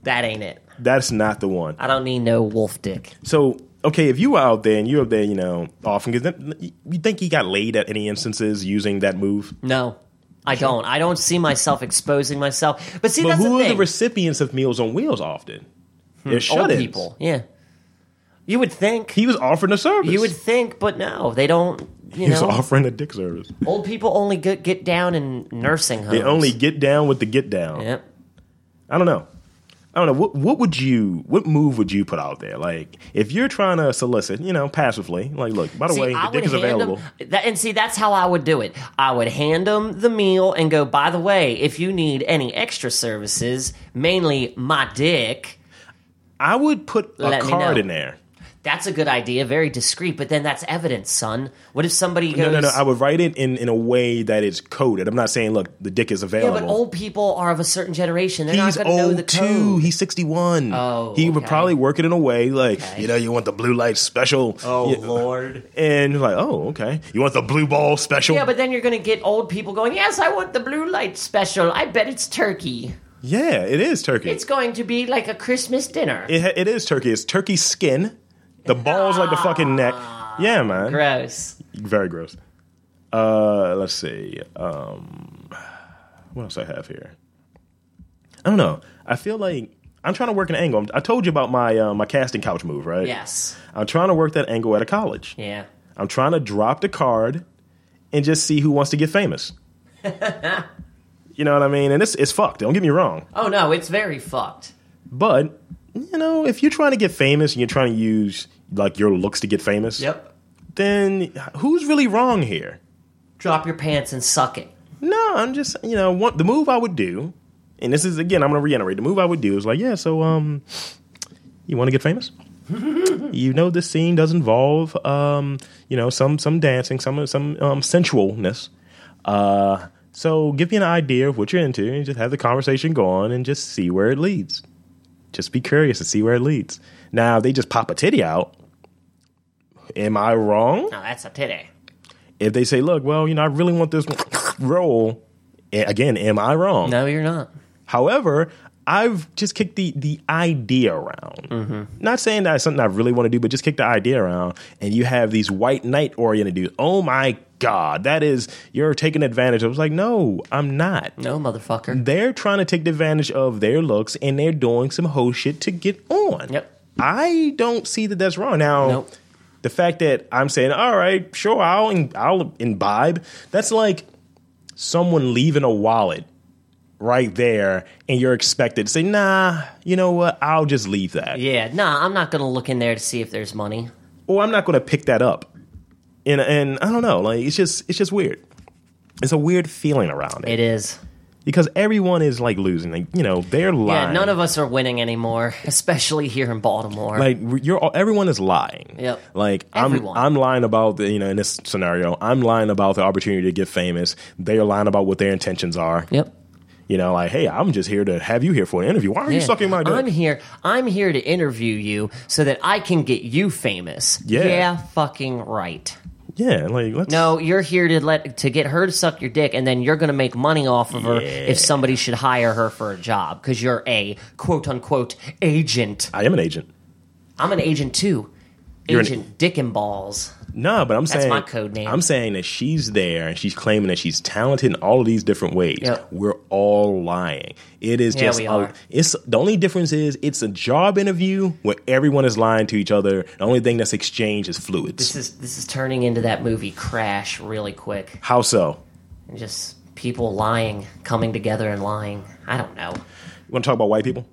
[SPEAKER 2] ain't it.
[SPEAKER 1] that's not the one.
[SPEAKER 2] I don't need no wolf dick.
[SPEAKER 1] So okay, if you were out there and you're up there, you know, often because you think he got laid at any instances using that move.
[SPEAKER 2] No, I don't. I don't see myself exposing myself. But see,
[SPEAKER 1] But
[SPEAKER 2] that's
[SPEAKER 1] who
[SPEAKER 2] the
[SPEAKER 1] are the
[SPEAKER 2] thing. Hmm.
[SPEAKER 1] recipients of Meals on Wheels often? They're
[SPEAKER 2] old
[SPEAKER 1] shut-ins.
[SPEAKER 2] people. Yeah. You would think.
[SPEAKER 1] He was offering a service.
[SPEAKER 2] you would think, but no, they don't. You
[SPEAKER 1] he was
[SPEAKER 2] know,
[SPEAKER 1] offering a dick service.
[SPEAKER 2] old people only get, get down in nursing homes.
[SPEAKER 1] They only get down with the get down.
[SPEAKER 2] Yep.
[SPEAKER 1] I don't know. I don't know. What what would you what move would you put out there? Like if you're trying to solicit, you know, passively, like look, by the way, the dick is
[SPEAKER 2] hand 'em-
[SPEAKER 1] available.
[SPEAKER 2] that, and see, that's how I would do it. I would hand them the meal and go, by the way, if you need any extra services, mainly my dick,
[SPEAKER 1] I would put a
[SPEAKER 2] Let me
[SPEAKER 1] card
[SPEAKER 2] know.
[SPEAKER 1] in there.
[SPEAKER 2] that's a good idea, very discreet, but then that's evidence, son. What if somebody goes,
[SPEAKER 1] No, no, no. I would write it in, in a way that is coded. I'm not saying look, the dick is
[SPEAKER 2] yeah,
[SPEAKER 1] available.
[SPEAKER 2] but old people are of a certain generation. They're
[SPEAKER 1] He's
[SPEAKER 2] not going to know the
[SPEAKER 1] old too.
[SPEAKER 2] code.
[SPEAKER 1] He's 61.
[SPEAKER 2] Oh,
[SPEAKER 1] he would
[SPEAKER 2] okay.
[SPEAKER 1] probably work it in a way like, you know, you want the blue light special. You-
[SPEAKER 2] Lord.
[SPEAKER 1] And you're like, oh, okay. You want the blue ball special?
[SPEAKER 2] Yeah, but then you're going to get old people going, yes, I want the blue light special. I bet it's turkey.
[SPEAKER 1] Yeah, it is turkey.
[SPEAKER 2] It's going to be like a Christmas dinner.
[SPEAKER 1] It, ha- it is turkey. It's turkey skin. The balls like the fucking neck.
[SPEAKER 2] Ah,
[SPEAKER 1] Yeah, man.
[SPEAKER 2] Gross.
[SPEAKER 1] Very gross. Uh, let's see. Um, what else I have here? I don't know. I feel like I'm trying to work an angle. I told you about my uh, my casting couch move, right?
[SPEAKER 2] Yes.
[SPEAKER 1] I'm trying to work that angle at a college.
[SPEAKER 2] Yeah.
[SPEAKER 1] I'm trying to drop the card and just see who wants to get famous. you know what I mean? And it's it's fucked. Don't get me wrong.
[SPEAKER 2] Oh no, it's very fucked.
[SPEAKER 1] But you know, if you're trying to get famous and you're trying to use like your looks to get famous,
[SPEAKER 3] Yep.
[SPEAKER 1] then who's really wrong here?
[SPEAKER 2] Drop your pants and suck it.
[SPEAKER 1] No, I'm just you know one, the move I would do, and this is again I'm going to reiterate the move I would do is like yeah so um you want to get famous. you know this scene does involve um you know some some dancing some some um, sensualness. Uh, so give me an idea of what you're into and just have the conversation go on and just see where it leads. Just be curious and see where it leads. Now if they just pop a titty out. Am I wrong?
[SPEAKER 2] No, that's a titty.
[SPEAKER 1] if they say, look, well, you know, I really want this role, a- again, am I wrong?
[SPEAKER 2] No, you're not.
[SPEAKER 1] However, I've just kicked the, the idea around. Not saying that it's something I really want to do, but just kick the idea around. And you have these white knight oriented dudes. Oh my God, that is, you're taking advantage. I was like, no, I'm not.
[SPEAKER 2] No, motherfucker.
[SPEAKER 1] They're trying to take advantage of their looks and they're doing some hoe shit to get on.
[SPEAKER 2] Yep.
[SPEAKER 1] I don't see that that's wrong. Now,
[SPEAKER 2] Nope.
[SPEAKER 1] the fact that I'm saying, all right, sure, I'll, I'll imbibe, that's like someone leaving a wallet right there and you're expected to say, nah, you know what, I'll just leave that.
[SPEAKER 2] Yeah, nah, I'm not gonna look in there to see if there's money.
[SPEAKER 1] Or I'm not going to pick that up. And, and I don't know, like it's just it's just weird. It's a weird feeling around it
[SPEAKER 2] It is.
[SPEAKER 1] because everyone is like losing. Like, you know, they're lying.
[SPEAKER 2] Yeah, none of us are winning anymore, especially here in Baltimore.
[SPEAKER 1] like you're all, everyone is lying.
[SPEAKER 2] Yep.
[SPEAKER 1] Like
[SPEAKER 2] Everyone.
[SPEAKER 1] I'm I'm lying about the, you know in this scenario I'm lying about the opportunity to get famous. They are lying about what their intentions are.
[SPEAKER 2] yep.
[SPEAKER 1] You know, like hey, I'm just here to have you here for an interview. Why are you
[SPEAKER 2] Yeah.
[SPEAKER 1] sucking my dick?
[SPEAKER 2] I'm here. I'm here to interview you so that I can get you famous.
[SPEAKER 1] Yeah.
[SPEAKER 2] fucking right.
[SPEAKER 1] yeah, like let's
[SPEAKER 2] No, you're here to let to get her to suck your dick, and then you're going to make money off of her
[SPEAKER 1] Yeah.
[SPEAKER 2] if somebody should hire her for a job because you're a quote unquote agent.
[SPEAKER 1] I am an agent.
[SPEAKER 2] I'm an agent too.
[SPEAKER 1] You're an-
[SPEAKER 2] agent Dick and Balls.
[SPEAKER 1] No, but I'm saying
[SPEAKER 2] my code name.
[SPEAKER 1] I'm saying that she's there and she's claiming that she's talented in all of these different ways.
[SPEAKER 2] Yep.
[SPEAKER 1] We're all lying. It is
[SPEAKER 2] Yeah,
[SPEAKER 1] just
[SPEAKER 2] we
[SPEAKER 1] a-
[SPEAKER 2] are.
[SPEAKER 1] it's the only difference is it's a job interview where everyone is lying to each other. The only thing that's exchanged is fluids.
[SPEAKER 2] This is this is turning into that movie Crash really quick.
[SPEAKER 1] How so?
[SPEAKER 2] And just people lying, coming together and lying. I don't know.
[SPEAKER 1] You want to talk about white people?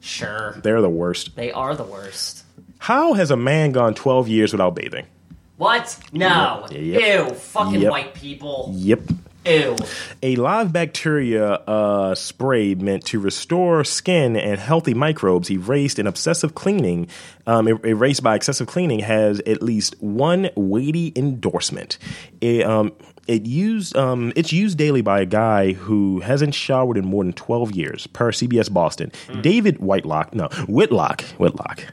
[SPEAKER 2] Sure,
[SPEAKER 1] They're the worst.
[SPEAKER 2] they are the worst.
[SPEAKER 1] How has a man gone 12 years without bathing?
[SPEAKER 2] What? No.
[SPEAKER 1] Yep.
[SPEAKER 2] Ew. Fucking
[SPEAKER 1] Yep.
[SPEAKER 2] white people.
[SPEAKER 1] Yep.
[SPEAKER 2] Ew.
[SPEAKER 1] A live bacteria uh, spray meant to restore skin and healthy microbes erased in obsessive cleaning, um, er- erased by excessive cleaning, has at least one weighty endorsement. It, um, it used, um, it's used daily by a guy who hasn't showered in more than 12 years, per CBS Boston. David Whitelock, no, Whitlock, Whitlock,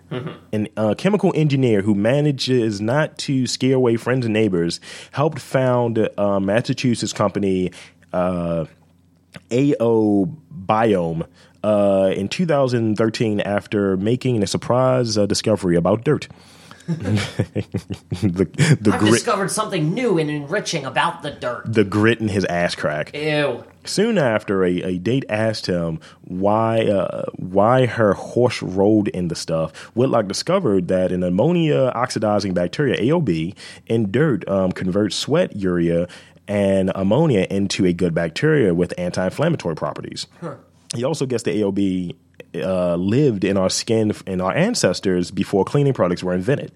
[SPEAKER 1] an uh, chemical engineer who manages not to scare away friends and neighbors, helped found uh, Massachusetts company uh, AO Biome uh, in 2013 after making a surprise uh, discovery about dirt. the the
[SPEAKER 2] I've
[SPEAKER 1] grit,
[SPEAKER 2] discovered something new and enriching about the dirt.
[SPEAKER 1] the grit in his ass crack.
[SPEAKER 2] Ew.
[SPEAKER 1] Soon after, a, a date asked him why uh, why her horse rolled in the stuff. Whitlock discovered that an ammonia oxidizing bacteria (AOB) in dirt um, converts sweat urea and ammonia into a good bacteria with anti-inflammatory properties. He also guessed the AOB uh, lived in our skin and our ancestors before cleaning products were invented.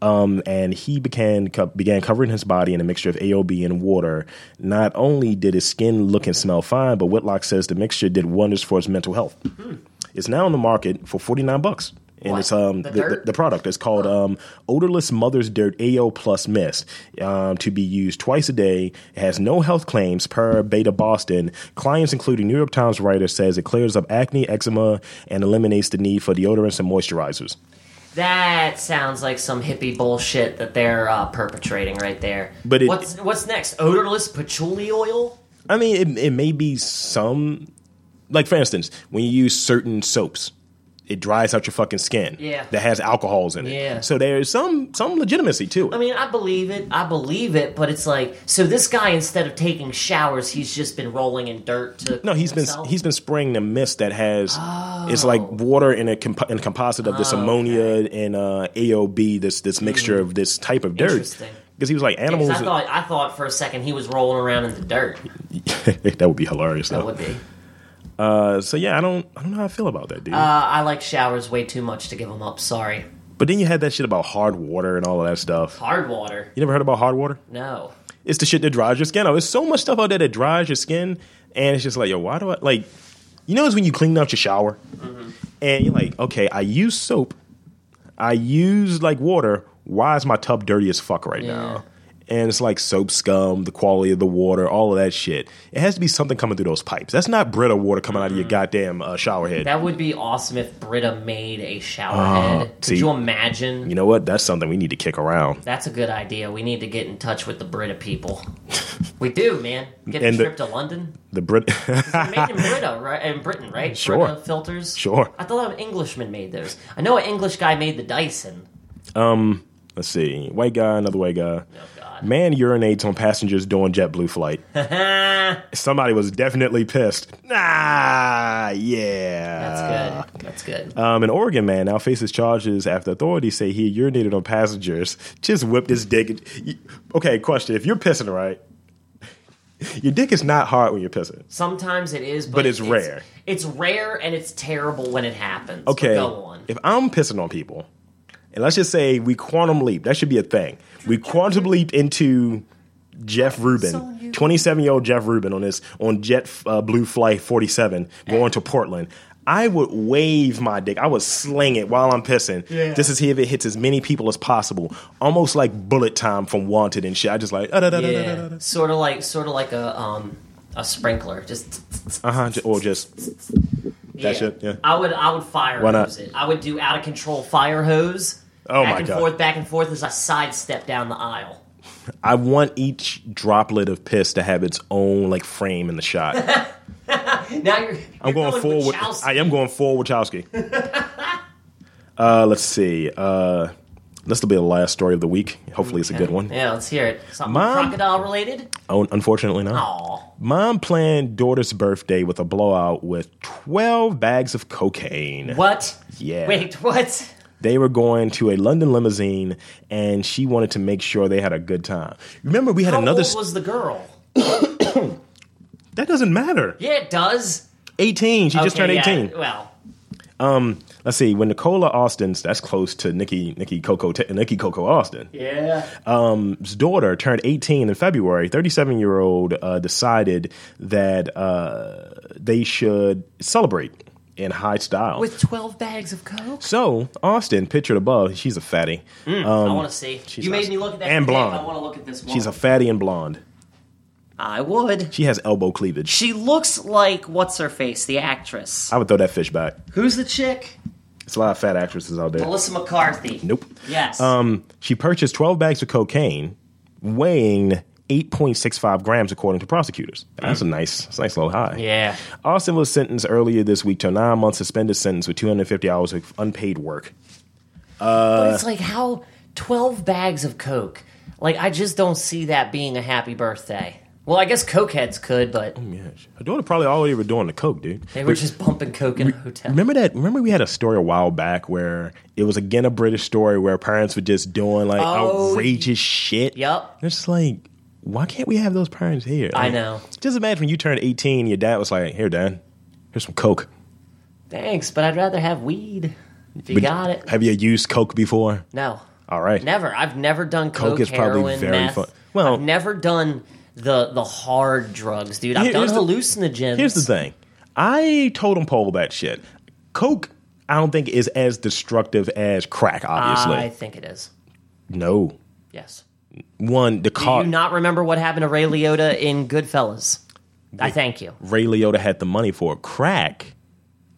[SPEAKER 1] Um, and he began co- began covering his body in a mixture of AOB and water. Not only did his skin look and smell fine, but Whitlock says the mixture did wonders for his mental health. It's now on the market for forty nine bucks, and
[SPEAKER 2] What?
[SPEAKER 1] it's um
[SPEAKER 2] The
[SPEAKER 1] the, the,
[SPEAKER 2] dirt? Oh.
[SPEAKER 1] the product is called um, odorless mother's dirt AO plus mist um, to be used twice a day. It has no health claims per Beta Boston. Clients, including New York Times writer, says it clears up acne, eczema, and eliminates the need for deodorants and moisturizers.
[SPEAKER 2] That sounds like some hippie bullshit that they're uh, perpetrating right there.
[SPEAKER 1] But it-
[SPEAKER 2] what's what's next? Odorless patchouli oil?
[SPEAKER 1] I mean, it, it may be some, like for instance, when you use certain soaps, it dries out your fucking skin.
[SPEAKER 2] Yeah.
[SPEAKER 1] that has alcohols in it.
[SPEAKER 2] Yeah.
[SPEAKER 1] so there's some some legitimacy to it.
[SPEAKER 2] I mean, I believe it. I believe it, but it's like so. This guy, instead of taking showers, he's just been rolling in dirt to.
[SPEAKER 1] No, he's been
[SPEAKER 2] himself?
[SPEAKER 1] he's been spraying the mist that has it's
[SPEAKER 2] Oh.
[SPEAKER 1] like water in a, comp- in a composite of this ammonia and uh, AOB, this this mixture of this type of dirt.
[SPEAKER 2] Interesting.
[SPEAKER 1] Because he was like
[SPEAKER 2] Yeah, 'cause
[SPEAKER 1] animals.
[SPEAKER 2] I thought I thought for a second he was rolling around in the dirt.
[SPEAKER 1] that would be hilarious.
[SPEAKER 2] That
[SPEAKER 1] though.
[SPEAKER 2] would be.
[SPEAKER 1] Uh, so yeah, I don't I don't know how I feel about that, dude.
[SPEAKER 2] Uh, I like showers way too much to give them up. Sorry.
[SPEAKER 1] but then you had that shit about hard water and all of that stuff.
[SPEAKER 2] Hard water.
[SPEAKER 1] You never heard about hard water?
[SPEAKER 2] No.
[SPEAKER 1] It's the shit that dries your skin out. There's so much stuff out there that dries your skin, and it's just like, yo, why do I like? You know, it's when you clean out your shower,
[SPEAKER 2] Mm-hmm.
[SPEAKER 1] and you're like, okay, I use soap, I use like water. Why is my tub dirty as fuck right now? And it's like soap scum, the quality of the water, all of that shit. It has to be something coming through those pipes. That's not Brita water coming out of your goddamn uh, shower head.
[SPEAKER 2] Mm-hmm. That would be awesome if Brita made a shower
[SPEAKER 1] Uh,
[SPEAKER 2] head. Could
[SPEAKER 1] see-
[SPEAKER 2] you imagine?
[SPEAKER 1] you know what? That's something we need to kick around.
[SPEAKER 2] That's a good idea. We need to get in touch with the Brita people. we do, man. Get a
[SPEAKER 1] And the-
[SPEAKER 2] trip to London.
[SPEAKER 1] The Brit.
[SPEAKER 2] They're made in Brita, right? In Britain, right?
[SPEAKER 1] Sure.
[SPEAKER 2] Brita filters.
[SPEAKER 1] Sure.
[SPEAKER 2] I thought an Englishman made those. I know an English guy made the Dyson.
[SPEAKER 1] Let's see. White guy, another white guy.
[SPEAKER 2] Oh God.
[SPEAKER 1] Man urinates on passengers during JetBlue flight. Somebody was definitely pissed. Ah, yeah.
[SPEAKER 2] That's good. That's good.
[SPEAKER 1] Um, an Oregon man now faces charges after authorities say he urinated on passengers. Just whipped his dick. You- Okay, question. If you're pissing, right? Your dick is not hard when you're pissing.
[SPEAKER 2] Sometimes it is, but,
[SPEAKER 1] But it's rare.
[SPEAKER 2] It's rare and it's terrible when it happens. But
[SPEAKER 1] Okay.
[SPEAKER 2] go on.
[SPEAKER 1] If I'm pissing on people, and let's just say we quantum leap, that should be a thing. We quantum leaped into Jeff
[SPEAKER 2] So you-
[SPEAKER 1] Rubin, 27 year old Jeff Rubin on this on Jet uh, Blue Flight 47 going to Portland. I would wave my dick. I would sling it while I'm pissing.
[SPEAKER 2] Yeah.
[SPEAKER 1] This is here if it hits as many people as possible, almost like bullet time from Wanted and shit. I just like uh
[SPEAKER 2] Yeah, sort of like sort of like a um a sprinkler. Just
[SPEAKER 1] huh, Uh-huh, or just
[SPEAKER 2] yeah.
[SPEAKER 1] shit, yeah.
[SPEAKER 2] I would I would fire
[SPEAKER 1] Why not?
[SPEAKER 2] hose it. I would do out of control fire hose.
[SPEAKER 1] Oh
[SPEAKER 2] back
[SPEAKER 1] my
[SPEAKER 2] and
[SPEAKER 1] God.
[SPEAKER 2] forth, back and forth as I sidestep down the aisle.
[SPEAKER 1] I want each droplet of piss to have its own like frame in the shot.
[SPEAKER 2] Now you're.
[SPEAKER 1] I'm going,
[SPEAKER 2] forward.
[SPEAKER 1] forward. I am going forward, Wachowski. uh, let's see. Uh, this will be the last story of the week. Hopefully, it's a good one.
[SPEAKER 2] Yeah, let's hear it. Something
[SPEAKER 1] Mom-
[SPEAKER 2] crocodile related.
[SPEAKER 1] Oh, unfortunately, not.
[SPEAKER 2] Oh,
[SPEAKER 1] Mom planned daughter's birthday with a blowout with 12 bags of cocaine.
[SPEAKER 2] what?
[SPEAKER 1] Yeah.
[SPEAKER 2] Wait, what?
[SPEAKER 1] They were going to a London limousine, and she wanted to make sure they had a good time. Remember, we had
[SPEAKER 2] How
[SPEAKER 1] another.
[SPEAKER 2] old was the girl?
[SPEAKER 1] that doesn't matter.
[SPEAKER 2] Yeah, it does.
[SPEAKER 1] 18. She just turned
[SPEAKER 2] Okay, yeah,
[SPEAKER 1] 18.
[SPEAKER 2] well,
[SPEAKER 1] Let's see. When Nicola Austin's, that's close to Nikki, Nikki Coco, Nikki Coco Austin.
[SPEAKER 2] yeah.
[SPEAKER 1] Trump's daughter turned 18 in February, 37 year old uh, decided that uh, they should celebrate in high style.
[SPEAKER 2] With twelve bags of coke.
[SPEAKER 1] so Austin, pictured above, she's a fatty.
[SPEAKER 2] I want to see.
[SPEAKER 1] Um, she's
[SPEAKER 2] You made
[SPEAKER 1] awesome.
[SPEAKER 2] me look at that.
[SPEAKER 1] And
[SPEAKER 2] dick.
[SPEAKER 1] blonde.
[SPEAKER 2] I want to look at this one.
[SPEAKER 1] She's a fatty and blonde.
[SPEAKER 2] I would.
[SPEAKER 1] She has elbow cleavage.
[SPEAKER 2] She looks like what's her face, the actress.
[SPEAKER 1] I would throw that fish back.
[SPEAKER 2] Who's the chick?
[SPEAKER 1] It's a lot of fat actresses out there.
[SPEAKER 2] Melissa McCarthy.
[SPEAKER 1] Nope.
[SPEAKER 2] Yes.
[SPEAKER 1] Um, she purchased 12 bags of cocaine, weighing 8.65 grams, according to prosecutors. That's a nice, that's a nice little high.
[SPEAKER 2] yeah.
[SPEAKER 1] Austin was sentenced earlier this week to a nine month suspended sentence with 250 hours of unpaid work.
[SPEAKER 2] but it's like how twelve bags of coke. Like I just don't see that being a happy birthday. Well, I guess cokeheads could, but
[SPEAKER 1] Yeah, her daughter probably already were doing the coke, dude.
[SPEAKER 2] they were just bumping coke in a hotel.
[SPEAKER 1] Remember that? Remember we had a story a while back where it was again a British story where parents were just doing like
[SPEAKER 2] Oh,
[SPEAKER 1] outrageous shit.
[SPEAKER 2] Yup.
[SPEAKER 1] They're just like, why can't we have those parents here?
[SPEAKER 2] I
[SPEAKER 1] Like,
[SPEAKER 2] know.
[SPEAKER 1] Just imagine when you turned eighteen, your dad was like, "Here, Dad, here's some coke.
[SPEAKER 2] Thanks, but I'd rather have weed. If you
[SPEAKER 1] But-
[SPEAKER 2] got it.
[SPEAKER 1] Have you used coke before?
[SPEAKER 2] No.
[SPEAKER 1] All right,
[SPEAKER 2] Never. I've never done coke,
[SPEAKER 1] is probably
[SPEAKER 2] heroin,
[SPEAKER 1] very
[SPEAKER 2] meth.
[SPEAKER 1] fun- well-
[SPEAKER 2] I've never done the the hard drugs, dude. I've
[SPEAKER 1] Here-
[SPEAKER 2] done
[SPEAKER 1] here's the-
[SPEAKER 2] hallucinogens.
[SPEAKER 1] Here's the thing. I totem pole that shit. Coke, I don't think is as destructive as crack. Obviously,
[SPEAKER 2] I think it is.
[SPEAKER 1] no.
[SPEAKER 2] Yes.
[SPEAKER 1] One, the
[SPEAKER 2] Do
[SPEAKER 1] car.
[SPEAKER 2] you not remember what happened to Ray Liotta in Goodfellas? I thank you.
[SPEAKER 1] Ray Liotta had the money for. Crack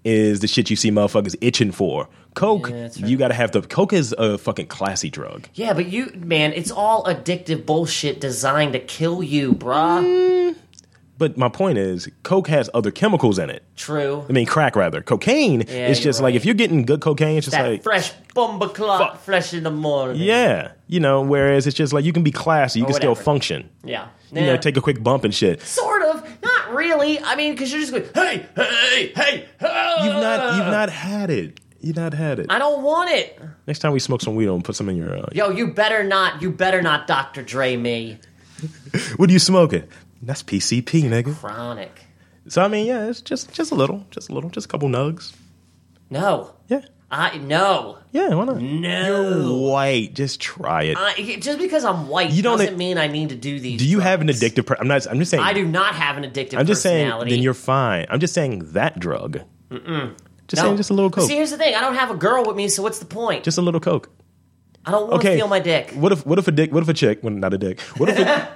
[SPEAKER 1] is the shit you see motherfuckers itching for. Coke,
[SPEAKER 2] Yeah, that's right.
[SPEAKER 1] you gotta have the. Coke is a fucking classy drug.
[SPEAKER 2] Yeah, but you, man, it's all addictive bullshit designed to kill you, bruh.
[SPEAKER 1] But my point is, Coke has other chemicals in it.
[SPEAKER 2] True.
[SPEAKER 1] I mean, crack rather. Cocaine
[SPEAKER 2] Yeah,
[SPEAKER 1] is
[SPEAKER 2] you're
[SPEAKER 1] just like
[SPEAKER 2] right.
[SPEAKER 1] if you're getting good cocaine, it's just
[SPEAKER 2] That
[SPEAKER 1] like
[SPEAKER 2] fresh bomba clot,
[SPEAKER 1] Fuck.
[SPEAKER 2] fresh in the morning.
[SPEAKER 1] yeah, you know. Whereas it's just like you can be classy, you can still
[SPEAKER 2] whatever.
[SPEAKER 1] function.
[SPEAKER 2] Yeah.
[SPEAKER 1] You know,
[SPEAKER 2] Nah.
[SPEAKER 1] take a quick bump and shit.
[SPEAKER 2] Sort of. Not really. I mean, because you're just going, hey, hey, hey, hey.
[SPEAKER 1] You've not you've not had it. You've not had it.
[SPEAKER 2] I don't want it.
[SPEAKER 1] Next time we smoke some weed, I'm gonna put some in your. Uh,
[SPEAKER 2] Yo, you better not. You better not, Dr. Dre. Me
[SPEAKER 1] What are you smoking? That's PCP, nigga.
[SPEAKER 2] chronic.
[SPEAKER 1] So I mean, yeah, it's just just a little, just a little, just a couple nugs.
[SPEAKER 2] No.
[SPEAKER 1] Yeah,
[SPEAKER 2] I no.
[SPEAKER 1] yeah. Why not?
[SPEAKER 2] No.
[SPEAKER 1] You're white. Just try it.
[SPEAKER 2] I, just because I'm white
[SPEAKER 1] You don't-
[SPEAKER 2] doesn't mean I need to do these.
[SPEAKER 1] do you have an
[SPEAKER 2] drugs.
[SPEAKER 1] addictive? Per- I'm not. I'm just saying.
[SPEAKER 2] I do not have an addictive
[SPEAKER 1] I'm just saying.
[SPEAKER 2] personality.
[SPEAKER 1] Then you're fine. I'm just saying that drug. Mm-mm. Just
[SPEAKER 2] No.
[SPEAKER 1] saying, just a little coke.
[SPEAKER 2] See, here's the thing. I don't have a girl with me, so what's the point?
[SPEAKER 1] just a little coke.
[SPEAKER 2] I don't want to
[SPEAKER 1] okay.
[SPEAKER 2] feel my dick.
[SPEAKER 1] What if what if a dick? What if a chick? Well, not a dick. What if a,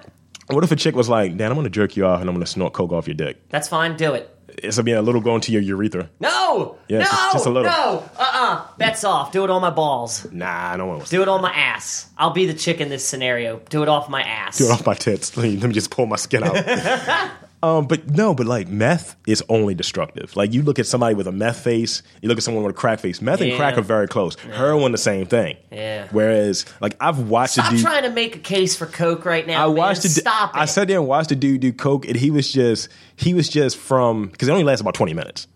[SPEAKER 1] what if a chick was like, "Dan, I'm gonna jerk you off and I'm gonna snort coke off your dick."
[SPEAKER 2] That's fine. Do it.
[SPEAKER 1] It's gonna be a little going to your urethra.
[SPEAKER 2] No.
[SPEAKER 1] Yeah,
[SPEAKER 2] no.
[SPEAKER 1] just- just a little.
[SPEAKER 2] No. Uh. uh Bets off. Do it on my balls.
[SPEAKER 1] Nah, I don't want to
[SPEAKER 2] Do it on my ass. I'll be the chick in this scenario. Do it off my ass.
[SPEAKER 1] do it off my tits. Let me let me just pull my skin out. um, but no, but like meth is only destructive. Like you look at somebody with a meth face, you look at someone with a crack face. Meth and
[SPEAKER 2] Yeah.
[SPEAKER 1] crack are very close. Heroin, the same thing.
[SPEAKER 2] Yeah.
[SPEAKER 1] Whereas, like I've watched a
[SPEAKER 2] Stop
[SPEAKER 1] dude.
[SPEAKER 2] trying to make a case for coke right now.
[SPEAKER 1] I
[SPEAKER 2] man.
[SPEAKER 1] watched. the-
[SPEAKER 2] Stop it.
[SPEAKER 1] I sat there and watched the dude do coke, and he was just he was just from because it only lasts about twenty minutes.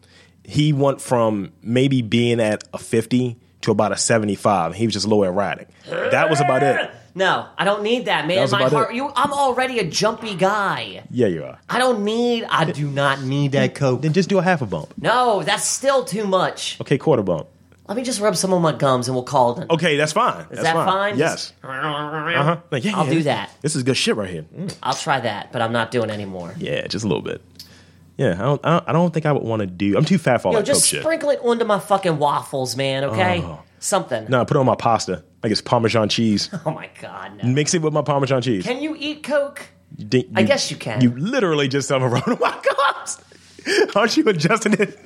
[SPEAKER 1] He went from maybe being at a fifty to about a seventy-five. He was just low erratic. That was about it.
[SPEAKER 2] No, I don't need that, man.
[SPEAKER 1] was
[SPEAKER 2] my
[SPEAKER 1] about
[SPEAKER 2] heart.
[SPEAKER 1] it.
[SPEAKER 2] You, I'm already a jumpy guy.
[SPEAKER 1] Yeah, you are.
[SPEAKER 2] I don't need. I do not need that coke.
[SPEAKER 1] Then just do a half a bump.
[SPEAKER 2] No, that's still too much.
[SPEAKER 1] Okay, quarter bump.
[SPEAKER 2] Let me just rub some on my gums and we'll call it. An,
[SPEAKER 1] Okay, that's fine.
[SPEAKER 2] Is that fine?
[SPEAKER 1] Yes.
[SPEAKER 2] Uh-huh.
[SPEAKER 1] Like, yeah,
[SPEAKER 2] I'll
[SPEAKER 1] yeah,
[SPEAKER 2] do
[SPEAKER 1] this-
[SPEAKER 2] that.
[SPEAKER 1] This is good shit right here. Mm.
[SPEAKER 2] I'll try that, but I'm not doing any more.
[SPEAKER 1] Yeah, just a little bit. Yeah, I don't. I don't, I don't think I would want to do. I'm too fat for all
[SPEAKER 2] Yo,
[SPEAKER 1] that
[SPEAKER 2] just
[SPEAKER 1] coke shit.
[SPEAKER 2] sprinkle it onto my fucking waffles, man. Okay,
[SPEAKER 1] Oh.
[SPEAKER 2] something.
[SPEAKER 1] No, put it on my pasta. Like it's Parmesan cheese.
[SPEAKER 2] Oh my god, no.
[SPEAKER 1] Mix it with my Parmesan cheese.
[SPEAKER 2] Can you eat coke?
[SPEAKER 1] You think-
[SPEAKER 2] I guess you can.
[SPEAKER 1] You literally just saw my road. my gosh. Aren't you adjusting it?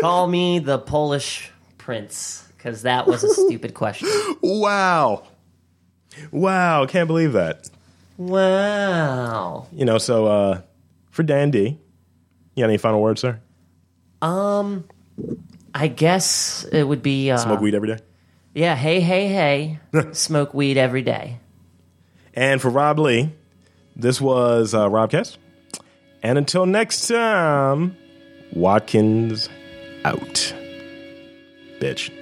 [SPEAKER 2] Call me the Polish prince, because that was a stupid question.
[SPEAKER 1] Wow. Wow, can't believe that.
[SPEAKER 2] Wow.
[SPEAKER 1] You know, so uh for Dan D, you got any final words, sir?
[SPEAKER 2] I guess it would be uh,
[SPEAKER 1] Smoke weed every day.
[SPEAKER 2] Yeah, hey, hey, hey. Smoke weed every day.
[SPEAKER 1] And for Rob Lee, this was uh, Robcast. And until next time, Watkins out. Bitch.